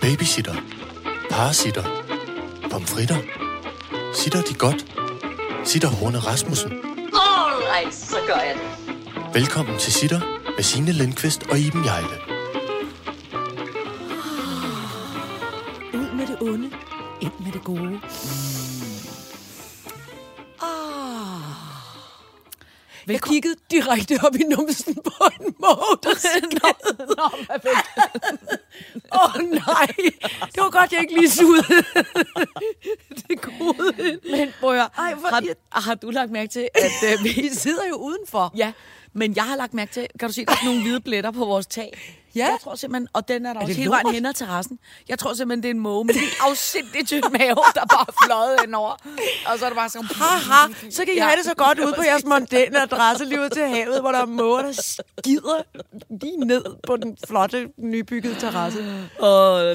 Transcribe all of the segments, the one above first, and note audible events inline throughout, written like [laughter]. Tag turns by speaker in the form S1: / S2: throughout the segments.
S1: Babysitter. Parasitter. Pomfritter. Sitter de godt? Sitter Horne Rasmussen.
S2: Alright, så gør jeg det.
S1: Velkommen til Sitter med Signe Lindqvist og Iben Jejle.
S3: Ud med det onde, ind med det gode. Ah. Jeg kiggede direkte op i numsen på en måde, der sked.
S4: [laughs] Nå, perfekt.
S3: Åh oh, nej, det var godt, jeg ikke lige sugede [laughs] det gode ind.
S4: Men prøv at høre,
S3: Ej, hvor
S4: har, har du lagt mærke
S3: [laughs]
S4: til, at øh, vi sidder jo udenfor?
S3: Ja.
S4: Men jeg har lagt mærke til, kan du se, der er sådan nogle hvide pletter på vores tag?
S3: Ja.
S4: Jeg tror simpelthen, og den er der er også
S3: det
S4: hele
S3: lort?
S4: vejen hen ad terrassen. Jeg tror simpelthen, det er en måge med en afsindig tynd mave, der bare er fløjet henover. Og så er det bare sådan...
S3: Haha, så kan I
S4: Ja.
S3: have det så godt ude på
S4: [laughs]
S3: jeres mondæne adresse lige ud til havet, hvor der er måger, der skider lige ned på den flotte, nybyggede terrasse.
S4: Åh,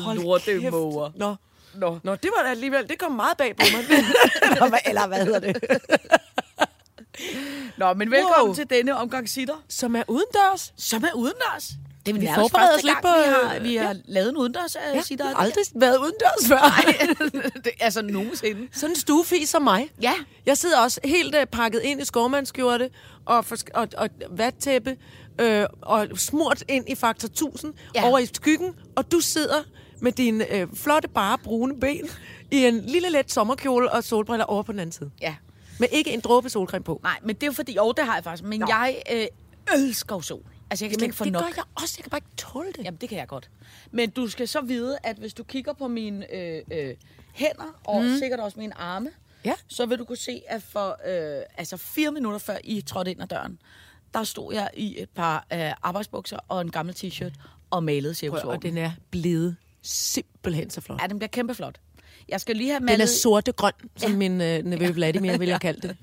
S3: Hold kæft.
S4: lortemåger.
S3: Nå.
S4: Nå.
S3: Nå, det var da alligevel, det kom meget bag på mig. [laughs] Nå, hvad- Eller hvad hedder det?
S4: Nå, men velkommen
S3: Wow.
S4: wow. til denne omgang sitter,
S3: Som er udendørs.
S4: som er udendørs. Det
S3: Vi
S4: er vi
S3: forbereder
S4: forbereder
S3: os
S4: lidt
S3: lidt
S4: på... Vi
S3: på-
S4: har, vi har ja. lavet en udendørs ja, sitter.
S3: jeg har aldrig været udendørs før. [laughs]
S4: det, altså nogensinde.
S3: Sådan en stuefis som mig.
S4: Ja.
S3: Jeg sidder også helt øh, pakket ind i skovmandskjorte og, forsk- og, og vattæppe øh, og smurt ind i faktor 1000 ja.
S4: Ja.
S3: over i skyggen, og du sidder med dine øh, flotte, bare brune ben i en lille let sommerkjole og solbriller over på den anden side.
S4: Ja.
S3: Men ikke en dråbe solcreme på.
S4: Nej, men det er jo fordi, jo, det har jeg faktisk. Men jeg øh, elsker jo sol. Altså, jeg kan slet ikke få
S3: det
S4: nok.
S3: gør jeg også. Jeg kan bare ikke tåle det.
S4: Jamen, det kan jeg godt. Men du skal så vide, at hvis du kigger på mine øh, øh, hænder, og mm. sikkert også mine arme,
S3: Ja.
S4: så vil du kunne se, at for øh, altså fire minutter før I trådte ind ad døren, der stod jeg i et par øh, arbejdsbukser og en gammel t-shirt og malede
S3: Prøv, og
S4: cirkusvognen.
S3: den er blevet simpelthen så flot.
S4: Ja, den bliver kæmpe flot. Jeg skal lige have
S3: Den er
S4: malet...
S3: sorte-grøn, som min øh, nevø Vladimir ville [laughs] have kaldt det.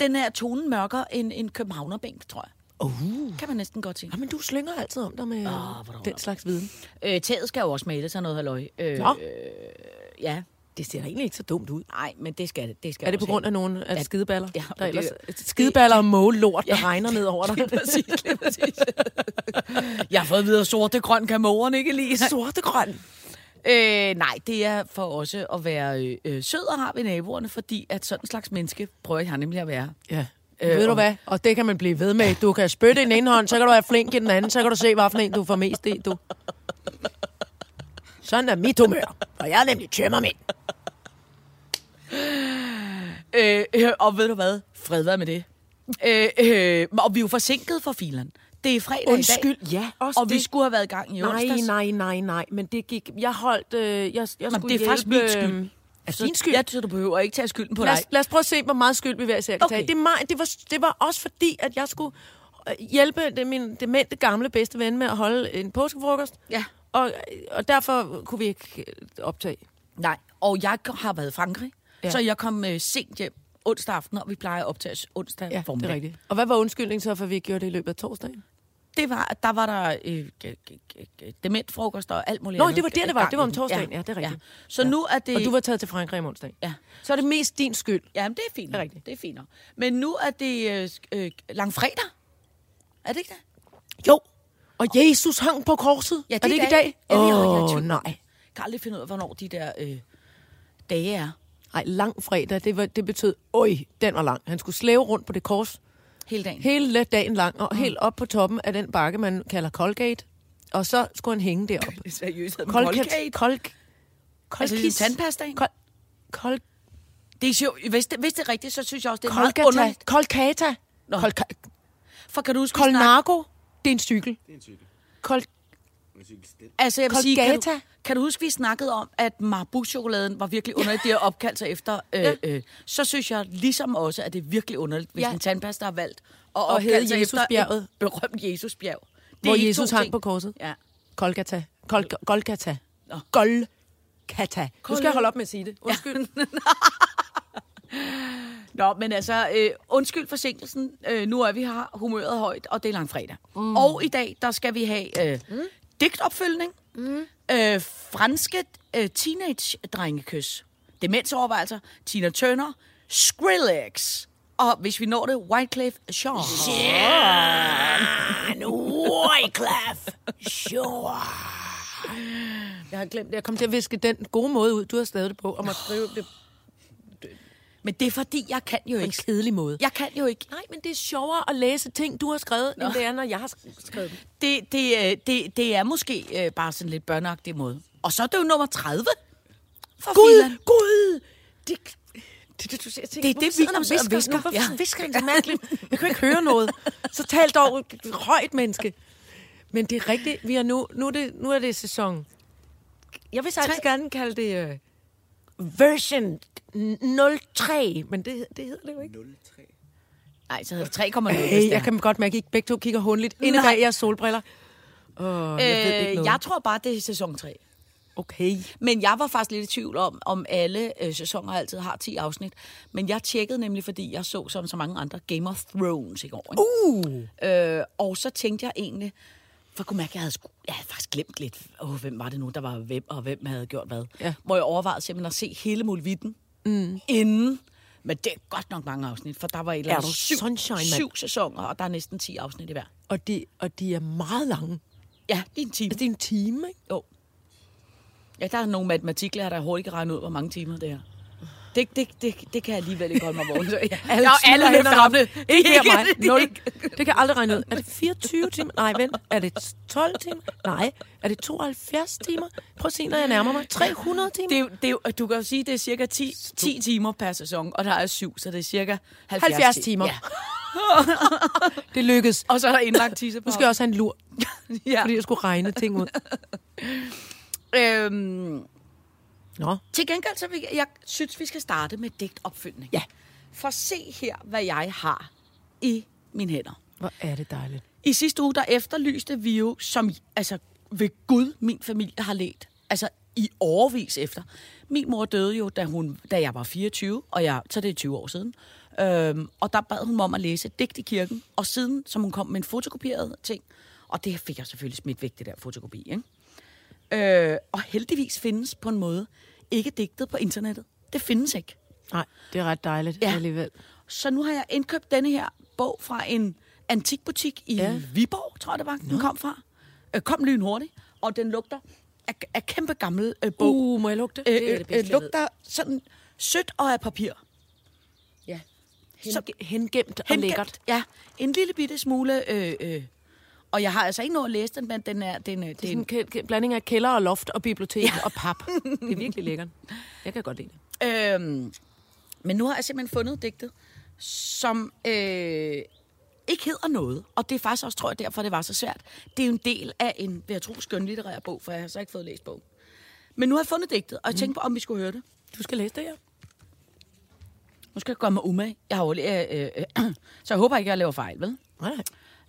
S4: Den er tonen mørkere end en københavnerbænk, tror jeg.
S3: Uh.
S4: Kan man næsten godt sige.
S3: Jamen, du slynger altid om dig med
S4: hvor er
S3: oh,
S4: du
S3: den slags viden.
S4: Øh, taget skal jo også male sig noget, halløj. Øh,
S3: Nå.
S4: Øh, ja.
S3: Det ser da egentlig ikke så dumt ud.
S4: Nej, men det skal det. det skal
S3: Er det på grund af nogen af
S4: Ja,
S3: skideballer?
S4: ja,
S3: der
S4: og
S3: ellers,
S4: det-
S3: skideballer og målort, der regner ned over dig. [laughs]
S4: Præcis, [laughs] lige præcis. Jeg har fået at vide, at sorte grøn kan moren ikke lide.
S3: Sortegrøn.
S4: Øh, nej, det er for også at være øh, øh, sød og har ved naboerne, fordi at sådan en slags menneske prøver jeg nemlig at være.
S3: Ja. Øh,
S4: Øh,
S3: Ved du
S4: og-
S3: hvad? Og det kan man blive ved med. Du kan spytte i den ene hånd, så kan du være flink i den anden, så kan du se, hvad for en du får mest i, du. Sådan er mit humør, og jeg er nemlig tømmermænd.
S4: Øh, øh, og ved du hvad? Fred være med det. Øh, øh, og vi er jo forsinket for filen. Det er fredag i
S3: Undskyld,
S4: dag.
S3: ja, også
S4: Og vi
S3: det.
S4: skulle have været i gang i
S3: Nej,
S4: onsdags.
S3: nej, nej, nej, men det gik... Jeg holdt... Øh, jeg, jeg skulle
S4: det er faktisk
S3: hjælpe,
S4: min skyld.
S3: øhm,
S4: Er
S3: så-
S4: din skyld? Ja, så du behøver ikke tage skylden på
S3: lad,
S4: dig.
S3: os, lad os prøve at se, hvor meget skyld vi hver især kan okay.
S4: Okay.
S3: tage. Det, er mig, det, var, det var også fordi, at jeg skulle øh, hjælpe det, min demente gamle bedste ven med at holde en påskefrokost.
S4: Ja.
S3: Og, og derfor kunne vi ikke øh, optage.
S4: Nej, og jeg har været i Frankrig,
S3: Ja.
S4: ja. så jeg kom øh, sent hjem onsdag aften, og vi plejer at optage os onsdag
S3: Ja, det
S4: formiddag.
S3: er rigtigt. Og hvad var undskyldningen så, for at vi ikke gjorde det i løbet af torsdagen?
S4: Det var, at der var der øh, g- g- g- g- dementfrokost og alt muligt
S3: Nå,
S4: andet
S3: det var der, det var.
S4: gang
S3: Det var om
S4: i den.
S3: torsdagen. Ja, det er rigtigt.
S4: Så nu er det...
S3: Og du var taget til Frankrig om onsdagen.
S4: Ja.
S3: Så er det mest din skyld.
S4: Jamen, det er
S3: Det
S4: fint. Det
S3: er
S4: er,
S3: rigtigt.
S4: det er fint. nok. Men nu er det øh, sk- øh, langfredag. Er det ikke det?
S3: Jo. Og Jesus hang på korset.
S4: Ja,
S3: er det
S4: det er
S3: ikke i
S4: dag.
S3: dag?
S4: Ja, det er rigtigt. Jeg er i
S3: Åh,
S4: tvivl.
S3: nej.
S4: Jeg kan aldrig finde ud af, hvornår de der øh, dage er.
S3: Ej, lang fredag, det, var, det betød, øj, den var lang. Han skulle slæve rundt på det kors.
S4: Hele dagen.
S3: hele dagen lang, og helt op på toppen af den bakke, man kalder Colgate. Og så skulle han hænge deroppe.
S4: Seriøst, hedder den
S3: Colgate? Colgate?
S4: Altså, det er en tandpasta, ikke?
S3: Col- Col-
S4: Det er sjovt. Hvis det, hvis det er rigtigt, så synes jeg også, det er meget
S3: Colgata?
S4: underligt.
S3: Colgata?
S4: Nå.
S3: Colca-
S4: For kan du huske, vi snakkede-
S3: Colnago? Det er en cykel.
S5: Det er en cykel.
S3: Col-
S5: En cykelstil.
S4: Altså, jeg vil sige, kan du,
S3: Colgata.
S4: kan du huske, vi snakkede om, at Marabu-chokoladen var virkelig underligt, det at opkaldt sig efter? Øh,
S3: Ja.
S4: ja. øh, så synes jeg ligesom også, at det er virkelig underligt, hvis
S3: Ja.
S4: ja. en tandpasta har valgt at
S3: Og hedde
S4: opkalde sig efter
S3: Jesusbjerget.
S4: et berømt Jesusbjerg. Det
S3: Hvor
S4: er ikke
S3: Jesus
S4: to
S3: hang
S4: ting.
S3: på korset.
S4: Ja.
S3: Colgata. Col- Golgata.
S4: Nå.
S3: Golgata. Nu skal jeg holde op med at sige det. Undskyld.
S4: Nå, men altså, øh, undskyld forsinkelsen. Øh, nu er vi her, humøret er højt, og det er langfredag. Mm. Og i dag, der skal vi have øh, mm. digtopfølgning, mm. øh, franske øh, teenage-drengekys, demensovervejelser, Tina Turner, Skrillex, og hvis vi når det, Wyclef Jean. Yeah.
S3: Wyclef. Sure. Jeg har glemt det. Jeg kom til at viske den gode måde ud, du har stadig det på, og må skrive det
S4: Men det er fordi, jeg kan jo
S3: på en
S4: ikke.
S3: kedelig måde.
S4: Jeg kan jo ikke.
S3: Nej, men det er sjovere at læse ting, du har skrevet, Nå. end det er, når jeg har sk- skrevet dem.
S4: Det, det, øh, det, det er måske øh, bare sådan lidt børneagtig måde. Og så er det jo nummer 30. For filan.
S3: Gud! Det, det, det, du siger, jeg tænker,
S4: Det er det,
S3: hvorfor
S4: vi
S3: sidder han og
S4: sidder og
S3: visker.
S4: visker.
S3: nu? Hvorfor
S4: Ja.
S3: visker han så mærkeligt? Jeg kan ikke høre noget. Så tal dog højt, menneske. Men det er rigtigt. Vi er nu, nu, er det, nu er det sæson. Jeg vil faktisk
S4: Tre.
S3: gerne kalde det uh, version 03, men det, det hedder det jo ikke.
S4: Nej, så hedder det 3,0.
S3: Hey, jeg kan godt mærke, at I begge to kigger hundligt inde
S4: Nej.
S3: bag jeres solbriller. Åh, oh, jeg ved det ikke
S4: øh,
S3: noget.
S4: jeg tror bare, det er sæson 3.
S3: Okay.
S4: Men jeg var faktisk lidt i tvivl om, om alle øh, sæsoner altid har 10 afsnit. Men jeg tjekkede nemlig, fordi jeg så som så mange andre Game of Thrones i går. Ikke? Uh. Øh, og så tænkte jeg egentlig, for jeg kunne mærke, at jeg havde, sku- jeg havde faktisk glemt lidt, oh, hvem var det nu, der var hvem, og hvem havde gjort hvad.
S3: Ja.
S4: Hvor jeg overvejede simpelthen at se hele Mulvitten mm. inden. Men det er godt nok mange afsnit, for der var et eller
S3: Er
S4: andet
S3: du
S4: syv,
S3: sunshine, mand?
S4: syv sæsoner, og der er næsten 10 afsnit i hver.
S3: Og de, og de er meget lange.
S4: Ja, det er en time.
S3: Altså, det er en time, ikke?
S4: Jo. Ja, der er nogle matematiklærer, der hurtigt kan regne ud, hvor mange timer det er. Det, det, det, det kan jeg alligevel ikke holde mig vågen. [laughs] til.
S3: Alle
S4: Nå,
S3: smiler
S4: vender
S3: hænder op.
S4: ramte.
S3: Ikke
S4: Det er
S3: mere mig.
S4: ikke-
S3: Nul.
S4: det er
S3: Det kan jeg aldrig regne ud. Er det 24 timer? Nej, vent. Er det 12 timer? Nej. Er det 72 timer? Prøv at se, når jeg nærmer mig. 300 timer?
S4: Det, er jo- det, er jo- du kan jo sige, det er cirka 10, 10 timer per sæson, og der er syv, så det er cirka 70,
S3: 70 timer.
S4: Ja.
S3: [laughs] det lykkedes.
S4: Og så er der indlagt tisse på.
S3: Nu skal jeg også have en [laughs] lur,
S4: ja.
S3: fordi jeg skulle regne ting ud.
S4: øhm,
S3: Nå.
S4: til gengæld, så vil jeg, jeg synes, vi skal starte med digtopfyldning.
S3: Ja.
S4: For se her, hvad jeg har i mine hænder.
S3: Hvor er det dejligt.
S4: I sidste uge, der efterlyste vi jo, som altså, ved Gud, min familie har let. Altså, i overvis efter. Min mor døde jo, da, hun, da jeg var 24, og jeg, så det er 20 år siden. Øhm, og der bad hun mig om at læse et digt i kirken, og siden, som hun kom med en fotokopieret ting, og det fik jeg selvfølgelig smidt væk, det der fotokopi, ikke? Øh, og heldigvis findes på en måde ikke digtet på internettet. Det findes ikke.
S3: Nej, det er ret dejligt ja.
S4: Ja.
S3: alligevel.
S4: Så nu har jeg indkøbt denne her bog fra en antikbutik i
S3: Ja.
S4: ja. Viborg, tror jeg det var, den kom fra. Øh, kom lynhurtigt, og den lugter af, af kæmpe gammel øh, bog.
S3: Uh, må jeg lugte?
S4: øh,
S3: det er det
S4: øh, øh,
S3: bedste, jeg ved.
S4: lugter sådan sødt og af papir.
S3: Ja.
S4: Så-
S3: Henge, hengemt og
S4: Hengemt.
S3: lækkert.
S4: Ja, en lille bitte smule. Øh, øh. Og jeg har altså ikke nået at læse den, men den er... Den, øh,
S3: Det er
S4: den,
S3: sådan en ke- ke- blanding af kælder og loft og bibliotek ja. og pap. Det er virkelig lækkert. Jeg kan godt lide det.
S4: Øhm, men nu har jeg simpelthen fundet digtet, som øh, ikke hedder noget. Og det er faktisk også, tror jeg, derfor det var så svært. Det er jo en del af en, vil jeg tro, skønlitterær bog, for jeg har så ikke fået læst bogen. Men nu har jeg fundet digtet,
S3: Mm.
S4: og jeg tænkte på, om vi skulle høre det.
S3: Du skal læse det, ja.
S4: Nu skal jeg gøre mig umage. Jeg har jo, øh, øh, øh, [clears throat] så jeg håber ikke, jeg laver fejl, vel?
S3: Nej, nej.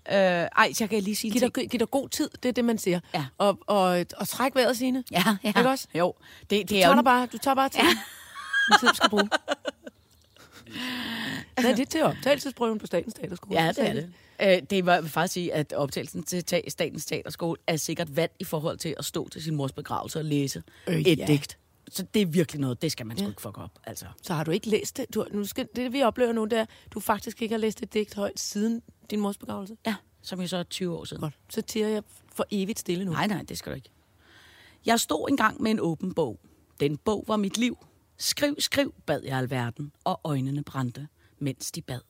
S4: Øh, ej, så kan jeg lige sige en
S3: Giv
S4: ting.
S3: dig, giv dig god tid, det er det, man siger.
S4: Ja.
S3: Og, og, og træk vejret, Signe.
S4: Ja, ja.
S3: Ikke også?
S4: Jo. Det, det
S3: Du
S4: er
S3: tager
S4: jo
S3: dig bare, du tager bare til ja. den tid, du skal bruge. Hvad er det til optagelsesprøven på Statens Teaterskole?
S4: Ja, det er det. Øh, det var, jeg vil faktisk sige, at optagelsen til ta- Statens Teaterskole er sikkert vand i forhold til at stå til sin mors begravelse og læse
S3: Øh,
S4: øh, et
S3: ja.
S4: ja. digt. Så det er virkelig noget, det skal man sgu ikke fuck op. Altså.
S3: Så har du ikke læst det? Du, nu skal, det, vi oplever nu, det er, du faktisk ikke har læst et digt højt siden din mors begravelse.
S4: Ja, som jo så er 20 år siden.
S3: Godt. Så tiger jeg for evigt stille nu.
S4: Nej, nej, det skal du ikke. Jeg stod engang med en åben bog. Den bog var mit liv. Skriv, skriv, bad jeg alverden, og øjnene brændte, mens de bad.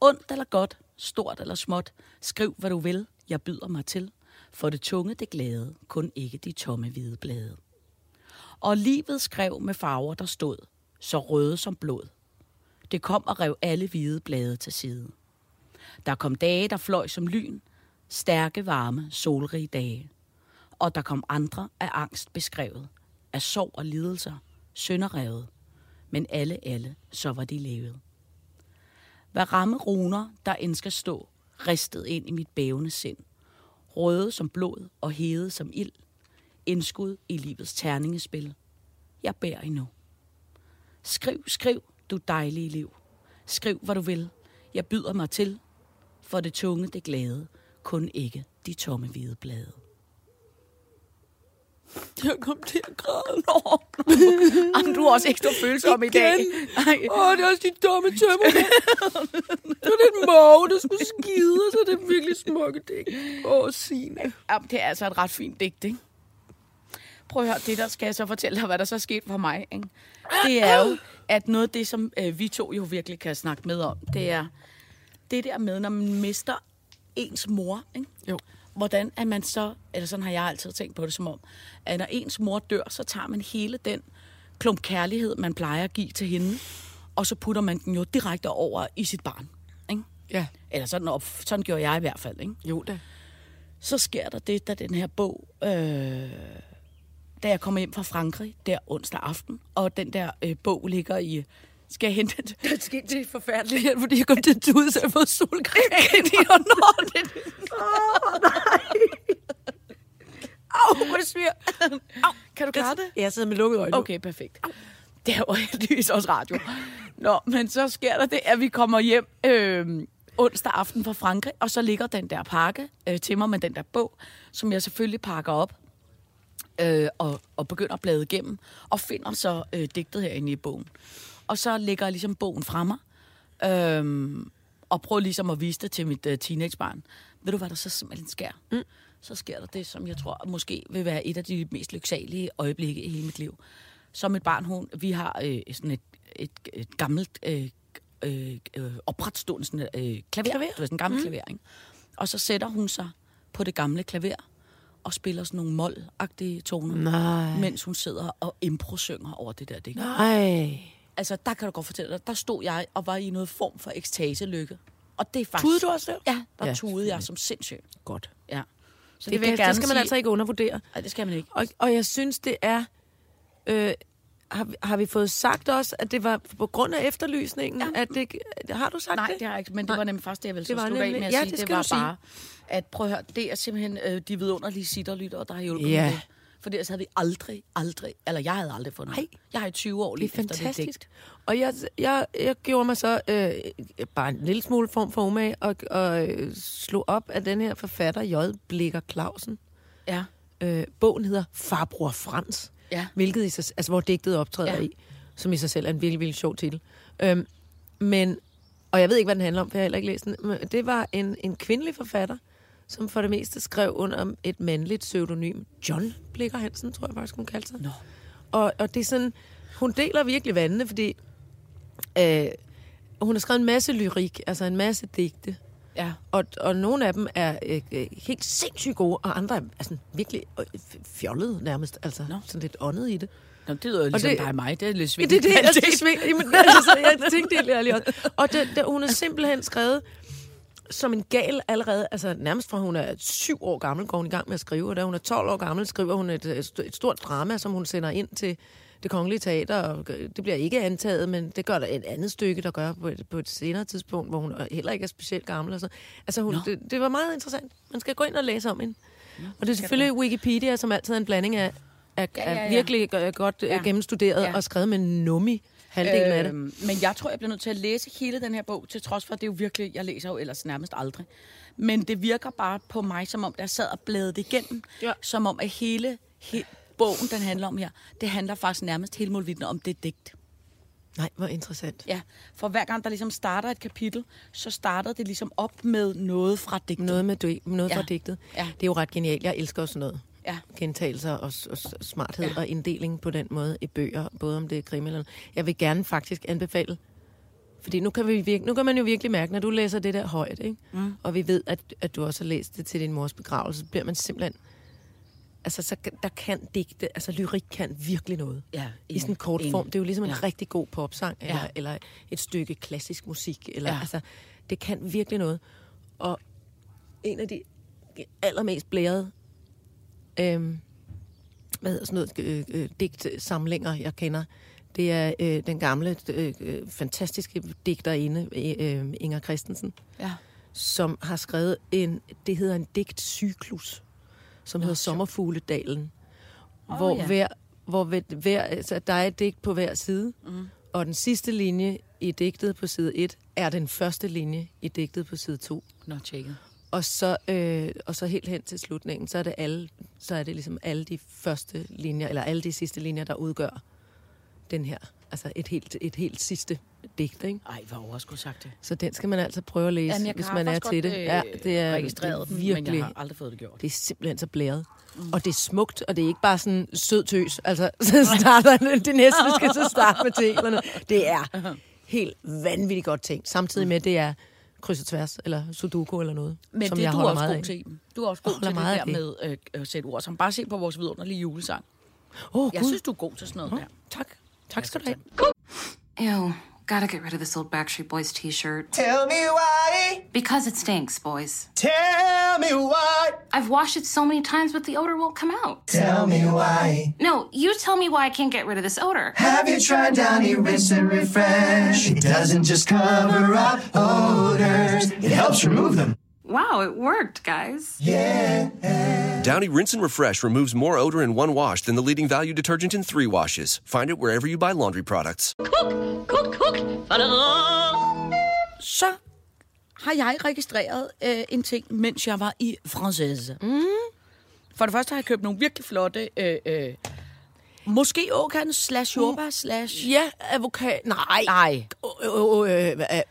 S4: Ondt eller godt, stort eller småt, skriv hvad du vil, jeg byder mig til. For det tunge, det glade, kun ikke de tomme hvide blade. Og livet skrev med farver, der stod, så røde som blod. Det kom og rev alle hvide blade til side. Der kom dage, der fløj som lyn, stærke, varme, solrige dage. Og der kom andre af angst beskrevet, af sorg og lidelser, sønderrevet. Men alle, alle, så var de levet. Hvad ramme runer, der end skal stå, ristet ind i mit bævende sind. Røde som blod og hede som ild. Indskud i livets terningespil. Jeg bærer endnu. Skriv, skriv, du dejlige liv. Skriv, hvad du vil. Jeg byder mig til. For det tunge, det glade. Kun ikke de tomme hvide blade.
S3: Jeg kom til at græde.
S4: [laughs] Nå, Jamen, du er også ekstra følsom i dag.
S3: Igen.
S4: Ej.
S3: Åh, det er også de dumme tømmer. det var den måge, der skulle skide, og så er det virkelig smukke digt. Åh, Signe.
S4: Jamen, det er altså et ret fint digt, ikke? prøv at høre, det der skal jeg så fortælle dig, hvad der så skete for mig. Ikke? Det er jo, at noget af det, som øh, vi to jo virkelig kan snakke med om, det er det der med, når man mister ens mor. Ikke?
S3: Jo.
S4: Hvordan er man så, eller sådan har jeg altid tænkt på det som om, at når ens mor dør, så tager man hele den klump kærlighed, man plejer at give til hende, og så putter man den jo direkte over i sit barn. Ikke?
S3: Ja.
S4: Eller sådan, op, sådan gjorde jeg i hvert fald. Ikke?
S3: Jo da.
S4: så sker der det, da den her bog, øh, da jeg kommer hjem fra Frankrig, der onsdag aften, og den der øh, bog ligger i, skal jeg hente den?
S3: Det skete det forfærdeligt her, fordi jeg kom til at tude, så jeg fået [laughs] solgræn i hånden. Au, hvor det svir. Au, kan du
S4: klare
S3: det? Jeg sidder med lukkede øjne.
S4: Okay, perfekt. Det er jo heldigvis også radio. Nå, men så sker der det, at vi kommer hjem øh, onsdag aften fra Frankrig, og så ligger den der pakke øh, til mig med den der bog, som jeg selvfølgelig pakker op øh, og, og begynder at blade igennem, og finder så øh, digtet herinde i bogen. Og så lægger jeg ligesom bogen fra mig, øh, og prøver ligesom at vise det til mit øh, teenagebarn. Ved du, hvad der så simpelthen sker? Mm. Så sker der det, som jeg tror måske vil være et af de mest lyksalige øjeblikke i hele mit liv. Som et barn, hun, vi har øh, sådan et, et, et gammelt øh, øh, øh, opretstående sådan, øh, klaver, klaver. Du ved, sådan en gammel mm. klaver, ikke? Og så sætter hun sig på det gamle klaver, og spiller sådan nogle mol-agtige toner,
S3: Nej.
S4: mens hun sidder og impro-synger over det der digt.
S3: Nej.
S4: Altså, der kan du godt fortælle dig, der stod jeg og var i noget form for ekstase-lykke. Og det er faktisk...
S3: Tudede du også der?
S4: Ja, der
S3: Ja,
S4: ja, tudede jeg som sindssyg.
S3: Godt.
S4: Ja. Så det,
S3: Det,
S4: vil jeg
S3: det,
S4: gerne
S3: det skal man
S4: sige.
S3: altså ikke undervurdere.
S4: Ej, det skal man ikke.
S3: Og, og jeg synes, det er... Øh, har, vi- har vi fået sagt også, at det var på grund af efterlysningen? Ja. At det, har du sagt
S4: Nej,
S3: det?
S4: det har jeg ikke, men det
S3: Nej.
S4: var nemlig faktisk det, jeg ville
S3: Det
S4: så
S3: var
S4: slutte af
S3: nemlig-
S4: med at
S3: ja,
S4: sige.
S3: det
S4: Det,
S3: skal
S4: var
S3: du sige.
S4: bare, at prøv at høre, det er simpelthen øh, de vidunderlige sitterlyttere, der har hjulpet
S3: Ja.
S4: med det. For ellers havde vi aldrig, aldrig, eller jeg havde aldrig fundet
S3: Nej.
S4: det. Jeg har i 20 år
S3: Det
S4: lige
S3: er
S4: efter det digt.
S3: fantastisk. Og jeg, jeg, jeg gjorde mig så øh, bare en lille smule form for umage, og, og øh, slog op af den her forfatter, J. Blikker Clausen.
S4: Ja.
S3: Øh, bogen hedder Farbror Frans,
S4: Ja.
S3: hvilket i sig, altså, hvor digtet optræder
S4: Ja.
S3: ja. i, som i sig selv er en virkelig, virkelig sjov titel. Øhm, men, og jeg ved ikke, hvad den handler om, for jeg har heller ikke læst den. Men det var en, en kvindelig forfatter, som for det meste skrev under et mandligt pseudonym. John Blikker Hansen, tror jeg faktisk, hun kaldte sig.
S4: Nå.
S3: Og, og det er sådan, hun deler virkelig vandene, fordi øh, hun har skrevet en masse lyrik, altså en masse digte.
S4: Ja.
S3: Og, og nogle af dem er øh, øh, helt sindssygt gode, og andre er sådan virkelig øh, f- fjollede nærmest, altså
S4: Nå.
S3: no. sådan lidt åndet i det.
S4: Nå, det lyder jo ligesom det, dig og mig. Det er lidt
S3: Ja,
S4: svindt. [laughs]
S3: det er det, altså, det sving, jamen, altså, så jeg tænkte det lige også. Og det, det, [laughs] hun er simpelthen skrevet som en gal allerede, altså nærmest fra hun er syv år gammel, går hun i gang med at skrive, og da hun er 12 år gammel, skriver hun et, et st- et stort drama, som hun sender ind til det kongelige teater, og g- det bliver ikke antaget, men det gør der et andet stykke, der gør på et, på et senere tidspunkt, hvor hun heller ikke er specielt gammel. Og så. Altså, hun,
S4: Nå.
S3: det, det var meget interessant. Man skal gå ind og læse om hende. Og det er selvfølgelig Wikipedia, som altid er en blanding af, af, ja, ja, ja. af virkelig øh, godt ja. gennemstuderet
S4: Ja.
S3: ja. og skrevet med nummi halvdelen øh, af det.
S4: Øhm, Men jeg tror, jeg bliver nødt til at læse hele den her bog, til trods for, at det er jo virkelig, jeg læser jo ellers nærmest aldrig. Men det virker bare på mig, som om, der sad og bladede det igennem, ja.
S3: Ja.
S4: som om, at hele, he, bogen, den handler om her, det handler faktisk nærmest helt målvidende om det digt.
S3: Nej, hvor interessant.
S4: Ja, for hver gang, der ligesom starter et kapitel, så starter det ligesom op med noget fra digtet.
S3: Noget med du, noget
S4: Ja.
S3: ja. fra digtet.
S4: Ja.
S3: Ja. Det er jo ret genialt. Jeg elsker også sådan noget.
S4: Ja.
S3: Gentagelser og, s- og s- smarthed
S4: Ja.
S3: ja. og inddeling på den måde i bøger, både om det er krimi eller Jeg vil gerne faktisk anbefale, fordi nu kan, vi virke, nu kan man jo virkelig mærke, når du læser det der højt, ikke? Mm. og vi ved, at, at du også har læst det til din mors begravelse, så bliver man simpelthen... Altså, så, kan- der kan digte, altså lyrik kan virkelig noget.
S4: Ja,
S3: I sådan en
S4: enig,
S3: kort
S4: enig.
S3: form. Det er jo ligesom en
S4: Ja.
S3: ja. rigtig god popsang, eller,
S4: Ja.
S3: ja. eller et stykke klassisk musik. Eller,
S4: Ja.
S3: ja. altså, det kan virkelig noget. Og en af de allermest blærede øhm, hvad hedder sådan noget, øh, øh, digtsamlinger, jeg kender. Det er øh, den gamle, øh, øh, fantastiske digterinde, øh, øh, Inger Christensen,
S4: Ja.
S3: som har skrevet en, det hedder en digtcyklus, som hedder Sommerfugledalen,
S4: Åh,
S3: oh, hvor,
S4: ja.
S3: ja. hver, hvor hver, hver, altså, der er et digt på hver side, mm. og den sidste linje i digtet på side 1 er den første linje i digtet på side 2.
S4: Nå, tjekket.
S3: Og så, øh, og så helt hen til slutningen, så er, det alle, så er det ligesom alle de første linjer, eller alle de sidste linjer, der udgør den her. altså et helt, et helt sidste digt, ikke?
S4: Ej, hvor jeg skulle sagt det.
S3: Så den skal man altså prøve at læse,
S4: Jamen, jeg
S3: hvis
S4: har
S3: man er
S4: faktisk
S3: til
S4: godt,
S3: det.
S4: øh,
S3: ja, det er
S4: registreret
S3: det er
S4: virkelig.
S3: virkelig,
S4: men jeg har aldrig fået det gjort.
S3: det er simpelthen så blæret. Mm. Og det er smukt, og det er ikke bare sådan sød tøs. Altså, [laughs] så starter det næste, vi skal så starte med teglerne. Det er helt vanvittigt godt ting. Samtidig med, det er kryds og tværs, eller sudoku eller noget,
S4: Mm. Men
S3: som
S4: det,
S3: jeg
S4: du er
S3: holder
S4: også
S3: meget
S4: god til, Iben. Du er også god
S3: Jeg
S4: til
S3: holder
S4: det
S3: meget
S4: der
S3: af det.
S4: med øh, at sætte ord sammen. Bare se på vores vidunderlige julesang.
S3: Åh, oh,
S4: Jeg synes, du er god til sådan noget der.
S3: tak. Tak skal du have.
S5: Ew, gotta get rid of this old Backstreet Boys t shirt. Tell me why. Because it stinks, boys. Tell me why. I've washed it so many times, but the odor won't come out. Tell me why. No, you tell me why I can't get rid of this odor.
S6: Have you tried Downy Rinse and Refresh? It doesn't just cover up odors, it helps remove them.
S5: Wow, it worked, guys.
S7: Downy Rinse and Refresh removes more odor in one wash than the leading value detergent in three washes. Find it wherever you buy laundry products.
S2: Cook, cook, cook. Ba-da-da.
S4: Så har jeg registreret øh, en ting, mens jeg var i Française. Mm. For det første har jeg købt nogle virkelig flotte... Øh, øh, måske åkan slash jordbær slash...
S3: Ja, avokat. Nej.
S4: Nej,
S3: Åh, åh, åh, øh, hvad er-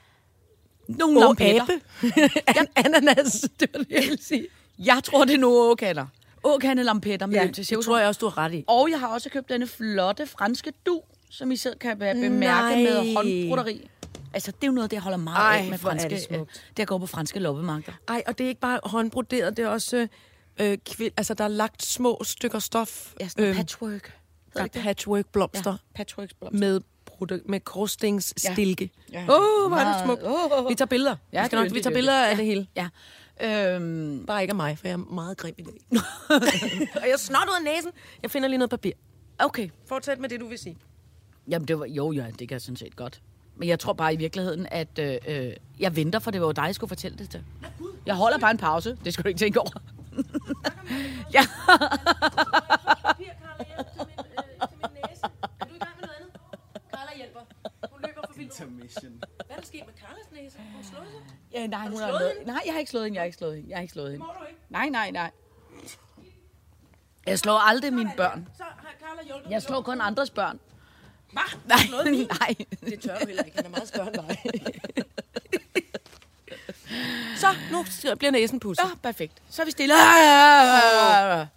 S4: nogle
S3: Åh,
S4: lampetter.
S3: abe. [laughs] An- Ananas, [laughs] det var det, jeg ville sige.
S4: Jeg tror, det er nogle åkander. Åkande lampetter med
S3: Ja,
S4: ja, til
S3: det
S4: sivsum.
S3: tror jeg også, du har ret i.
S4: Og jeg har også købt denne flotte franske du, som I selv kan be- bemærke
S3: Nej.
S4: med håndbrutteri. Altså, det er jo noget, det jeg holder meget
S3: Ej,
S4: af med
S3: hvor er det
S4: franske...
S3: smukt.
S4: øh, Det at gå på franske loppemarkeder.
S3: Ej, og det er ikke bare håndbroderet, det er også... øh, Øh, kvild, altså, der er lagt små stykker stof. øh,
S4: Ja, sådan patchwork.
S3: der er patchwork blomster
S4: patchwork
S3: ja. med, brudt- med krustings
S4: Ja.
S3: stilke. Åh,
S4: Ja.
S3: ja. oh, hvor er det
S4: Meget.
S3: smukt.
S4: Åh, åh, åh.
S3: Vi tager billeder.
S4: Ja,
S3: Ja,
S4: det
S3: vi, skal
S4: er
S3: nok, vi
S4: yndigt,
S3: tager
S4: det er
S3: billeder af det hele.
S4: Mm. Ja. Øhm,
S3: Bare ikke af mig, for jeg er meget grim i
S4: [laughs]
S3: dag. og jeg snot ud af næsen. Jeg finder lige noget papir.
S4: okay.
S3: Fortsæt med det, du vil sige.
S4: Jamen, det var, jo, ja, det kan jeg sådan set godt. Men jeg tror bare i virkeligheden, at øh, øh, jeg venter, for det var jo dig, jeg skulle fortælle det til. Jeg holder bare en pause. Det skal du ikke tænke over. ja. ja, nej, hun har noget. Nej, jeg har ikke slået hende. Jeg har ikke slået hende. Jeg har ikke slået hende.
S3: du ikke?
S4: Nej, nej, nej. Jeg slår aldrig mine børn.
S3: Så har Carla hjulpet
S4: Jeg slår kun andres børn.
S3: Hvad?
S4: Nej, nej.
S3: Det tør du heller ikke. Han er meget større end dig. [laughs] Så, nu skal- bliver næsen pusset.
S4: Ja, perfekt. Så er vi stille. Ah,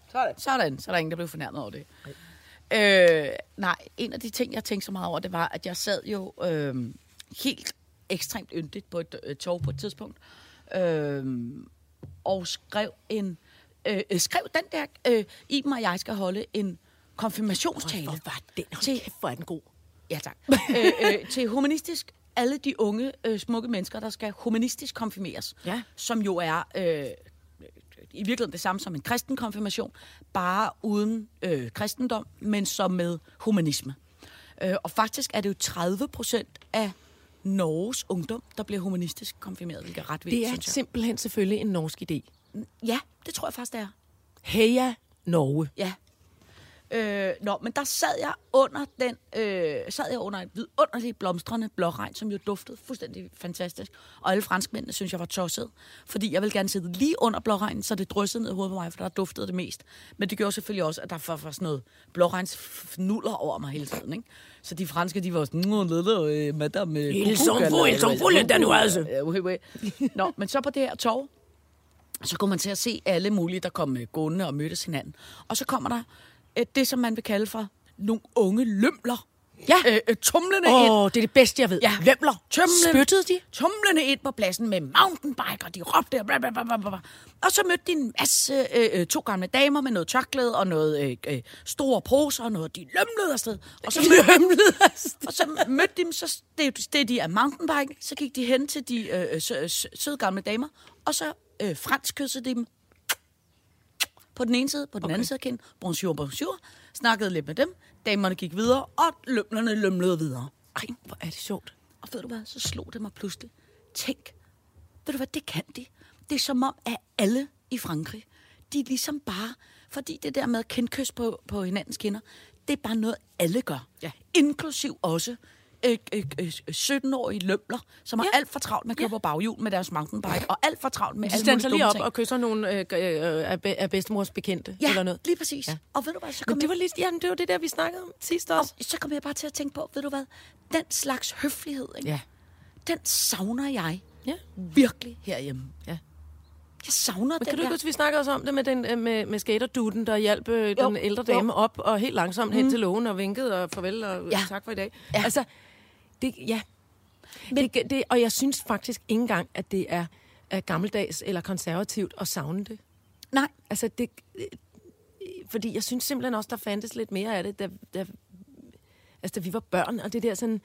S4: Sådan. ah, Sådan, så er der ingen, der blev fornærmet over det. Øh, nej, en af de ting, jeg tænkte så meget over, det var, at jeg sad jo øh, helt ekstremt yndigt på et øh, tog på et tidspunkt, øh, og skrev en øh, øh, skrev den der, øh, Iben og jeg skal holde en konfirmationstale.
S3: Hvor var den? Hold
S4: Til-
S3: kæft, hvor er den god.
S4: Ja, tak. [laughs] øh, øh, til humanistisk, alle de unge, øh, smukke mennesker, der skal humanistisk konfirmeres,
S3: Ja.
S4: som jo er øh, i virkeligheden det samme som en kristen konfirmation, bare uden øh, kristendom, men som med humanisme. Øh, og faktisk er det jo 30 procent af Norges ungdom, der bliver humanistisk konfirmeret, hvilket er ret
S3: [laughs]
S4: vildt,
S3: Det er
S4: synes jeg.
S3: simpelthen selvfølgelig en norsk idé.
S4: Ja, det tror jeg faktisk, det er.
S3: Heja Norge.
S4: Ja. Øh, nå, men der sad jeg under den, øh, sad jeg under en vidunderlig blomstrende blåregn, som jo duftede fuldstændig fantastisk. Og alle franskmændene synes jeg var tosset, fordi jeg ville gerne sidde lige under blåregnen, så det dryssede ned i hovedet på mig, for der duftede det mest. Men det gjorde selvfølgelig også, at der var, var sådan noget blåregnsfnuller over mig hele tiden, ikke? Så de franske, de var sådan, nu lille, øh, madame... øh,
S3: Ils
S4: kuku,
S3: sont
S4: eller-
S3: fous, ils sont fous, les Danoise."
S4: Ja, oui, oui. Nå, men så på det her torv, så kommer man til at se alle mulige, der kom øh, gående og mødtes hinanden. Og så kommer der øh, det, som man vil kalde for nogle unge lømler.
S3: Ja.
S4: Øh, øh, tumlende
S3: Åh,
S4: ind.
S3: oh, det er det bedste, jeg ved.
S4: Ja.
S3: Lømler.
S4: Tømlen.
S3: Spyttede de?
S4: Tumlende ind på pladsen med mountainbiker. De råbte og bla, bla, bla, bla, bla. Og så mødte de en masse øh, øh, to gamle damer med noget tørklæde og noget øh, øh, store poser og noget. De lømlede afsted.
S3: [laughs]
S4: Og så mødte, lømlede afsted. Og så mødte de dem, så steg, steg de af mountainbiken. Så gik de hen til de øh, øh, sø, øh, søde gamle damer. Og så øh, fransk kyssede de dem på den ene side, på den okay. anden side af kinden. Bonjour, bonjour. Snakkede lidt med dem. Damerne gik videre, og lømlerne lømlede videre.
S3: Ej, hvor er det sjovt.
S4: Og ved du hvad, så slog det mig pludselig. Tænk, ved du hvad, det kan de. Det er som om, at alle i Frankrig, de er ligesom bare, fordi det der med kendkys på, på hinandens kinder, det er bare noget, alle gør. Ja. Inklusiv også øh, øh, øh, 17-årige lømler, som har alt for travlt med at køre på baghjul med deres mountainbike, og alt for travlt med
S3: Altså, De
S4: alle
S3: standser
S4: mulige
S3: lige
S4: dumme
S3: op
S4: ting.
S3: og kysser nogle øh, øh, øh, af be- af bedstemors bekendte
S4: ja,
S3: eller noget.
S4: lige præcis.
S3: Ja.
S4: Ja. Og ved du hvad, så kom,
S3: Men det var,
S4: jeg,
S3: lige, jamen, det var det der, vi snakkede om sidst også.
S4: så kom jeg bare til at tænke på, ved du hvad, den slags høflighed, ikke?
S3: Ja.
S4: den savner jeg
S3: Ja.
S4: virkelig herhjemme.
S3: Ja.
S4: Jeg savner
S3: Men
S4: den
S3: kan du ikke
S4: der.
S3: huske, vi snakkede også om det med, den, øh, med, med skaterduden, der hjalp øh, den ældre dame op og helt langsomt hen til lågen og vinkede og farvel og Mhm. ja.
S4: Ja.
S3: tak for i dag. Ja. Altså, det, ja. Men, det, det, og jeg synes faktisk ikke engang, at det er, er gammeldags eller konservativt at savne det.
S4: Nej,
S3: Altså, det, øh, fordi jeg synes simpelthen også, der fandtes lidt mere af det, da, da, altså, da vi var børn, og det der sådan...